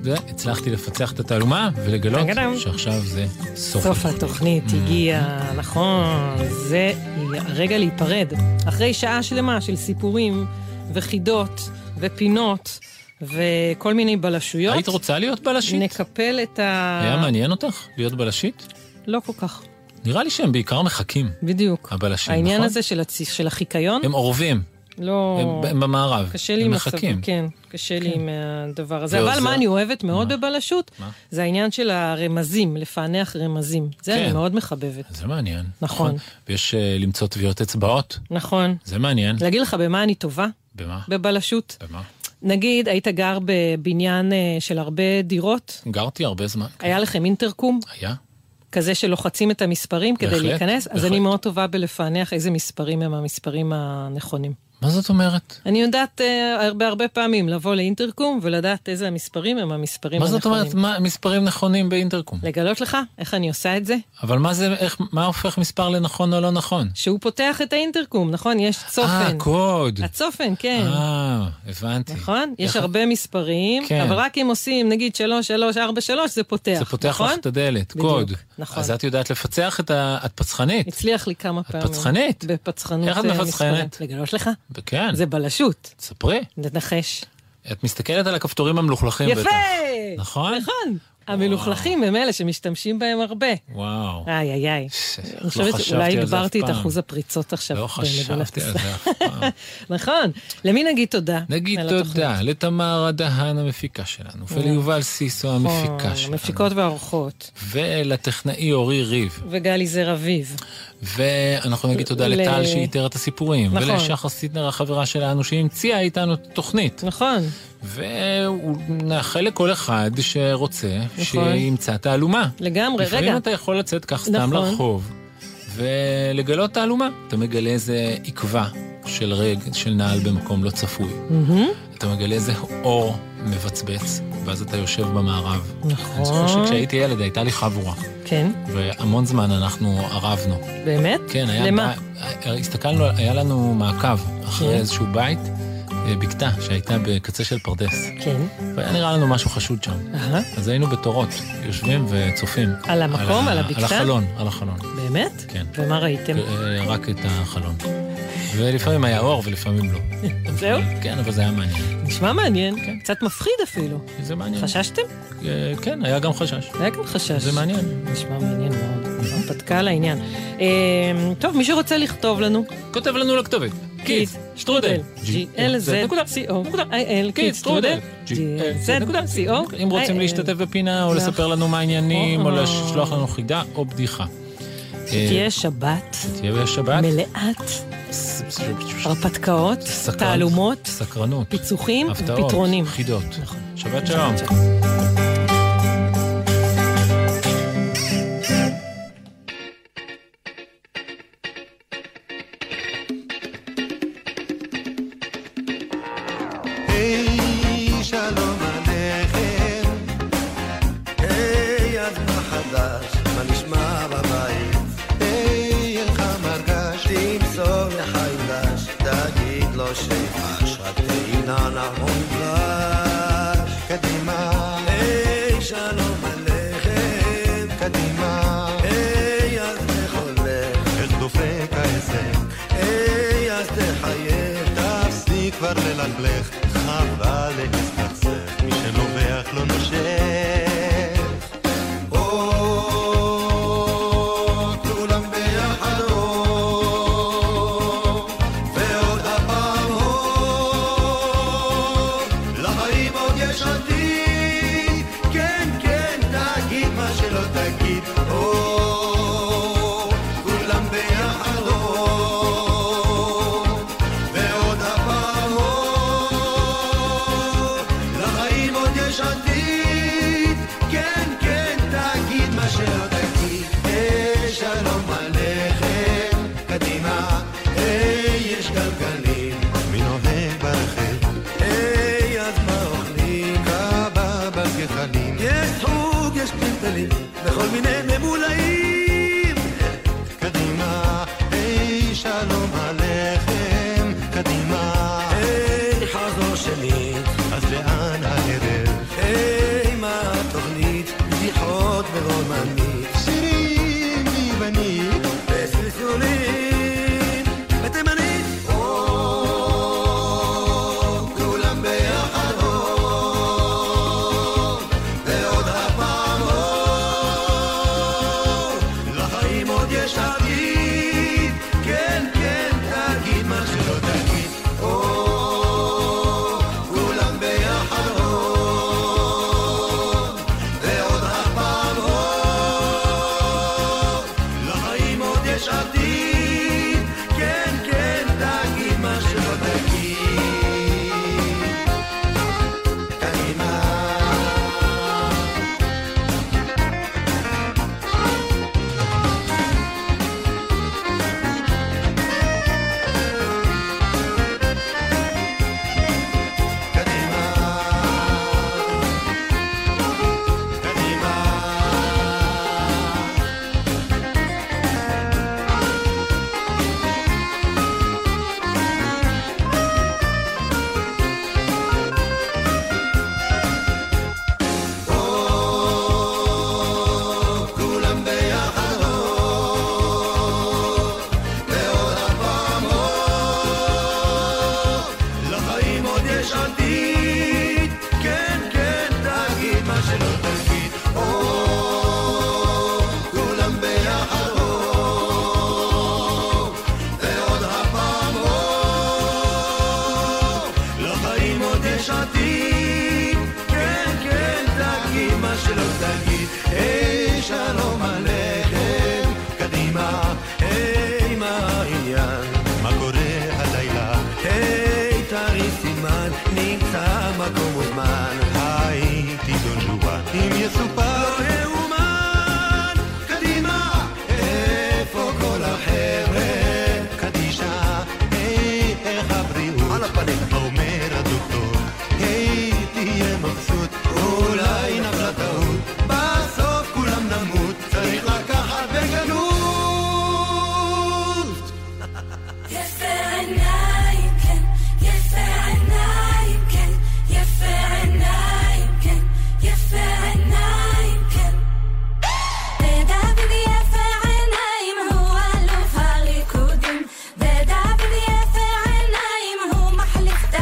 Speaker 1: זה, הצלחתי לפצח את התעלומה ולגלות
Speaker 2: טנגדם.
Speaker 1: שעכשיו זה סוף. Mm.
Speaker 2: סוף התוכנית הגיע, נכון. זה הרגע להיפרד. אחרי שעה שלמה של סיפורים וחידות ופינות וכל מיני בלשויות. היית
Speaker 1: רוצה להיות בלשית?
Speaker 2: נקפל את ה...
Speaker 1: היה מעניין אותך להיות בלשית?
Speaker 2: אה. לא כל כך.
Speaker 1: נראה לי שהם בעיקר מחכים.
Speaker 2: בדיוק.
Speaker 1: הבלשים, נכון?
Speaker 2: העניין הזה של הצ- של החיקיון,
Speaker 1: הם אורבים.
Speaker 2: לא...
Speaker 1: הם- הם במערב.
Speaker 2: קשה לי
Speaker 1: הם
Speaker 2: עם
Speaker 1: מחכים.
Speaker 2: מחכים. כן, קשה לי עם הדבר הזה.
Speaker 1: ועוזר.
Speaker 2: אבל מה אני אוהבת מאוד בבלשות,
Speaker 1: מה?
Speaker 2: זה העניין של הרמזים, לפענח רמזים. זה אני
Speaker 1: כן.
Speaker 2: מאוד מחבבת.
Speaker 1: זה מעניין.
Speaker 2: נכון.
Speaker 1: ויש אה, למצוא טביעות אצבעות.
Speaker 2: נכון.
Speaker 1: זה מעניין.
Speaker 2: להגיד לך במה אני טובה?
Speaker 1: כן. במה?
Speaker 2: בבלשות.
Speaker 1: במה?
Speaker 2: נגיד, היית גר בבניין אה, של הרבה דירות,
Speaker 1: גרתי הרבה זמן.
Speaker 2: היה לכם אינטרקום,
Speaker 1: היה?
Speaker 2: כזה שלוחצים את המספרים כדי
Speaker 1: בהחלט,
Speaker 2: להיכנס, אז
Speaker 1: בהחלט.
Speaker 2: אני מאוד טובה בלפענח איזה מספרים הם המספרים הנכונים.
Speaker 1: מה זאת אומרת?
Speaker 2: אני יודעת אה, הרבה הרבה פעמים לבוא לאינטרקום ולדעת איזה המספרים הם המספרים
Speaker 1: מה
Speaker 2: הנכונים.
Speaker 1: זאת אומרת מה- מספרים נכונים באינטרקום?
Speaker 2: לגלות לך איך אני עושה את זה?
Speaker 1: אבל מה זה, איך, מה הופך מספר לנכון או לא נכון?
Speaker 2: שהוא פותח את האינטרקום, נכון? יש צופן.
Speaker 1: אה, קוד.
Speaker 2: הצופן, כן.
Speaker 1: אה, הבנתי.
Speaker 2: נכון? יש
Speaker 1: איך-
Speaker 2: הרבה מספרים,
Speaker 1: כן.
Speaker 2: אבל רק אם עושים, נגיד, 3, 3, 4, 3, זה פותח.
Speaker 1: זה פותח
Speaker 2: נכון?
Speaker 1: לך את הדלת,
Speaker 2: בדיוק,
Speaker 1: קוד.
Speaker 2: נכון.
Speaker 1: אז את יודעת לפצח את ה... את פצחנית.
Speaker 2: הצליח לי כמה פעמים.
Speaker 1: פצחנית.
Speaker 2: בפצחנות
Speaker 1: איך את
Speaker 2: אה,
Speaker 1: מפצחנת?
Speaker 2: מספרית. לגלות לך?
Speaker 1: כן.
Speaker 2: זה בלשות.
Speaker 1: ספרי.
Speaker 2: לנחש.
Speaker 1: את מסתכלת על הכפתורים המלוכלכים
Speaker 2: יפה!
Speaker 1: בטח. נכון?
Speaker 2: נכון. המלוכלכים הם אלה שמשתמשים בהם הרבה.
Speaker 1: וואו.
Speaker 2: איי, איי, איי. אני
Speaker 1: לא
Speaker 2: חושבת
Speaker 1: חשבתי
Speaker 2: שאולי
Speaker 1: על זה אף
Speaker 2: הגברתי את
Speaker 1: פעם.
Speaker 2: אחוז הפריצות עכשיו.
Speaker 1: לא חשבתי על זה אף
Speaker 2: נכון. למי נגיד תודה?
Speaker 1: נגיד
Speaker 2: על התוכנית?
Speaker 1: תודה לתמרה דהן המפיקה שלנו,
Speaker 2: אה.
Speaker 1: וליובל סיסו המפיקה שלנו,
Speaker 2: המפיקות והאורחות,
Speaker 1: ולטכנאי אורי ריב,
Speaker 2: וגלי זר אביב.
Speaker 1: ואנחנו נגיד תודה
Speaker 2: ל-
Speaker 1: לטל שאיתר את הסיפורים,
Speaker 2: נכון.
Speaker 1: ולשחר סיטנר החברה שלנו שהמציאה איתנו את התוכנית.
Speaker 2: נכון.
Speaker 1: ונאחל לכל אחד שרוצה
Speaker 2: נכון.
Speaker 1: שימצא תעלומה.
Speaker 2: לגמרי,
Speaker 1: לפעמים
Speaker 2: רגע.
Speaker 1: אתה יכול לצאת כך סתם
Speaker 2: נכון.
Speaker 1: לרחוב ולגלות תעלומה. אתה מגלה איזה עקבה של רגע, של נעל במקום לא צפוי.
Speaker 2: מהמם.
Speaker 1: אתה מגלה איזה אור מבצבץ, ואז אתה יושב במערב.
Speaker 2: נכון.
Speaker 1: אני זוכר שכשהייתי ילד הייתה לי חבורה,
Speaker 2: כן,
Speaker 1: והמון זמן אנחנו ערבנו.
Speaker 2: באמת?
Speaker 1: כן, היה...
Speaker 2: למה?
Speaker 1: ב- הסתכלנו, היה לנו מעקב אחרי
Speaker 2: כן.
Speaker 1: איזשהו בית, אה, בקתה שהייתה בקצה של פרדס.
Speaker 2: כן.
Speaker 1: והיה נראה לנו משהו חשוד שם.
Speaker 2: אהה.
Speaker 1: אז היינו בתורות, יושבים וצופים.
Speaker 2: על המקום,
Speaker 1: ה-
Speaker 2: על הבקתה?
Speaker 1: על החלון, על החלון.
Speaker 2: באמת?
Speaker 1: כן.
Speaker 2: ומה ראיתם?
Speaker 1: אה, רק את החלון. ולפעמים היה אור ולפעמים לא.
Speaker 2: זהו?
Speaker 1: כן, אבל זה היה מעניין.
Speaker 2: נשמע מעניין, קצת מפחיד אפילו.
Speaker 1: זה מעניין.
Speaker 2: חששתם?
Speaker 1: אה, כן, היה גם חשש.
Speaker 2: היה גם חשש.
Speaker 1: זה מעניין.
Speaker 2: נשמע מעניין מאוד. הרפתקה על העניין. אה, טוב, מי שרוצה לכתוב לנו.
Speaker 1: כותב לנו לכתובת. קיטס, שטרודל.
Speaker 2: glz.co.il,
Speaker 1: קיטס, שטרודל.
Speaker 2: glz.co.il.
Speaker 1: אם רוצים
Speaker 2: אה,
Speaker 1: להשתתף בפינה או
Speaker 2: זה-
Speaker 1: לספר לנו מה העניינים, או
Speaker 2: או.
Speaker 1: לשלוח לנו חידה או בדיחה.
Speaker 2: אה. שתהיה שבת
Speaker 1: אה, תהיה שבת.
Speaker 2: מלאת הרפתקאות,
Speaker 1: סקרנות,
Speaker 2: תעלומות,
Speaker 1: סקרנות,
Speaker 2: פיצוחים
Speaker 1: הפתעות,
Speaker 2: ופתרונים. נכון.
Speaker 1: חידות. שבת שלום.
Speaker 17: היי, שלום עליכם. היי, אז מה חדש? מה נשמע בבית? היי, איך המרגש? תמסור לחיים דש, תגיד לו שיפש, רק תהינה נכון דבש. קדימה. היי, שלום עליכם. קדימה. היי, אז איך הולך? איך דופק העסק? היי, אז תחייך, תפסיק כבר ללכלך, חבל להסתכסך, מי שנובח לא נושך. או, כולם ביחד, או, ועוד הפעם, או, לחיים עוד יש עתיד, כן, כן, תגיד מה שלא תגיד, או, כולם ביחד, או, ועוד הפעם, או, לחיים עוד יש עתיד, כן, כן, תגיד מה שלא תגיד, אה, שלום עליכם, קדימה, אה, יש גלגלים, מי נוהג ברכב? היי, אז מה אוכלים? קבבה גחלים. יש חוג, יש פלפלים, וכל מיני ממולאים. קדימה, היי, שלום עליכם. קדימה, היי, חזור שנית. אז לאן הערב? היי, מה התוכנית? בדיחות ברומנית. שירים יוונית. וסלסולים. בתימנית. כולם ביחד אור, ועוד הפעם אור, לחיים עוד יש עתיד, כן כן תגיד מה שלא תגיד, אור, כולם ביחד אור, ועוד הפעם אור, לחיים עוד יש עתיד, כן כן תגיד מה שלא תגיד. כולם ביחד אור, ועוד הפעם אור, לחיים עוד יש עתיד, כן כן תגיד מה שלא תגיד, אור, כולם ביחד אור, ועוד הפעם אור, לחיים עוד יש עתיד, כן כן תגיד מה שלא תגיד, היי שלום עליכם, קדימה, היי מה העניין, מה קורה הלילה, היי תרי סימן, נמצא מקום וזמן, הייתי דון ג'ואן, אם יסופר לא יאומן, קדימה, איפה כל החבר'ה, קדישה, היי איך הבריאות, על הפנים, אומר הדוקטור, היי תהיה מבסוט, אולי נפלה טעות, בסוף כולם נמות, צריך לקחת בגנות.
Speaker 15: יפה עיניים, כן, יפה עיניים, כן, יפה עיניים, כן, יפה עיניים, כן. ודוד יפה עיניים הוא אלוף הריקודים, ודוד יפה עיניים הוא מחליף את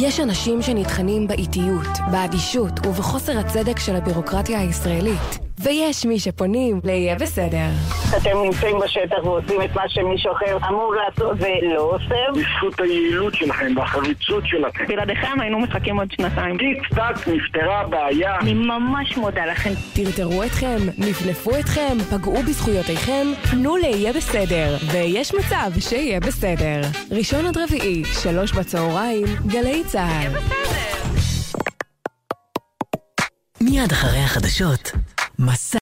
Speaker 5: יש אנשים שנטחנים באיטיות, באדישות ובחוסר הצדק של הבירוקרטיה הישראלית. ויש מי שפונים ל"יהיה בסדר".
Speaker 18: אתם נמצאים בשטח ועושים את מה שמישהו אחר אמור לעשות ולא עושה.
Speaker 3: בזכות היעילות שלכם והחריצות שלכם.
Speaker 19: בלעדיכם היינו מחכים עוד שנתיים.
Speaker 3: טיק טק נפתרה הבעיה.
Speaker 19: אני ממש מודה לכם.
Speaker 5: טרטרו אתכם, נפנפו אתכם, פגעו בזכויותיכם, פנו ל"יהיה בסדר", ויש מצב שיהיה בסדר. ראשון עד רביעי, שלוש בצהריים, גלי צה"ל.
Speaker 20: מיד אחרי החדשות, מסע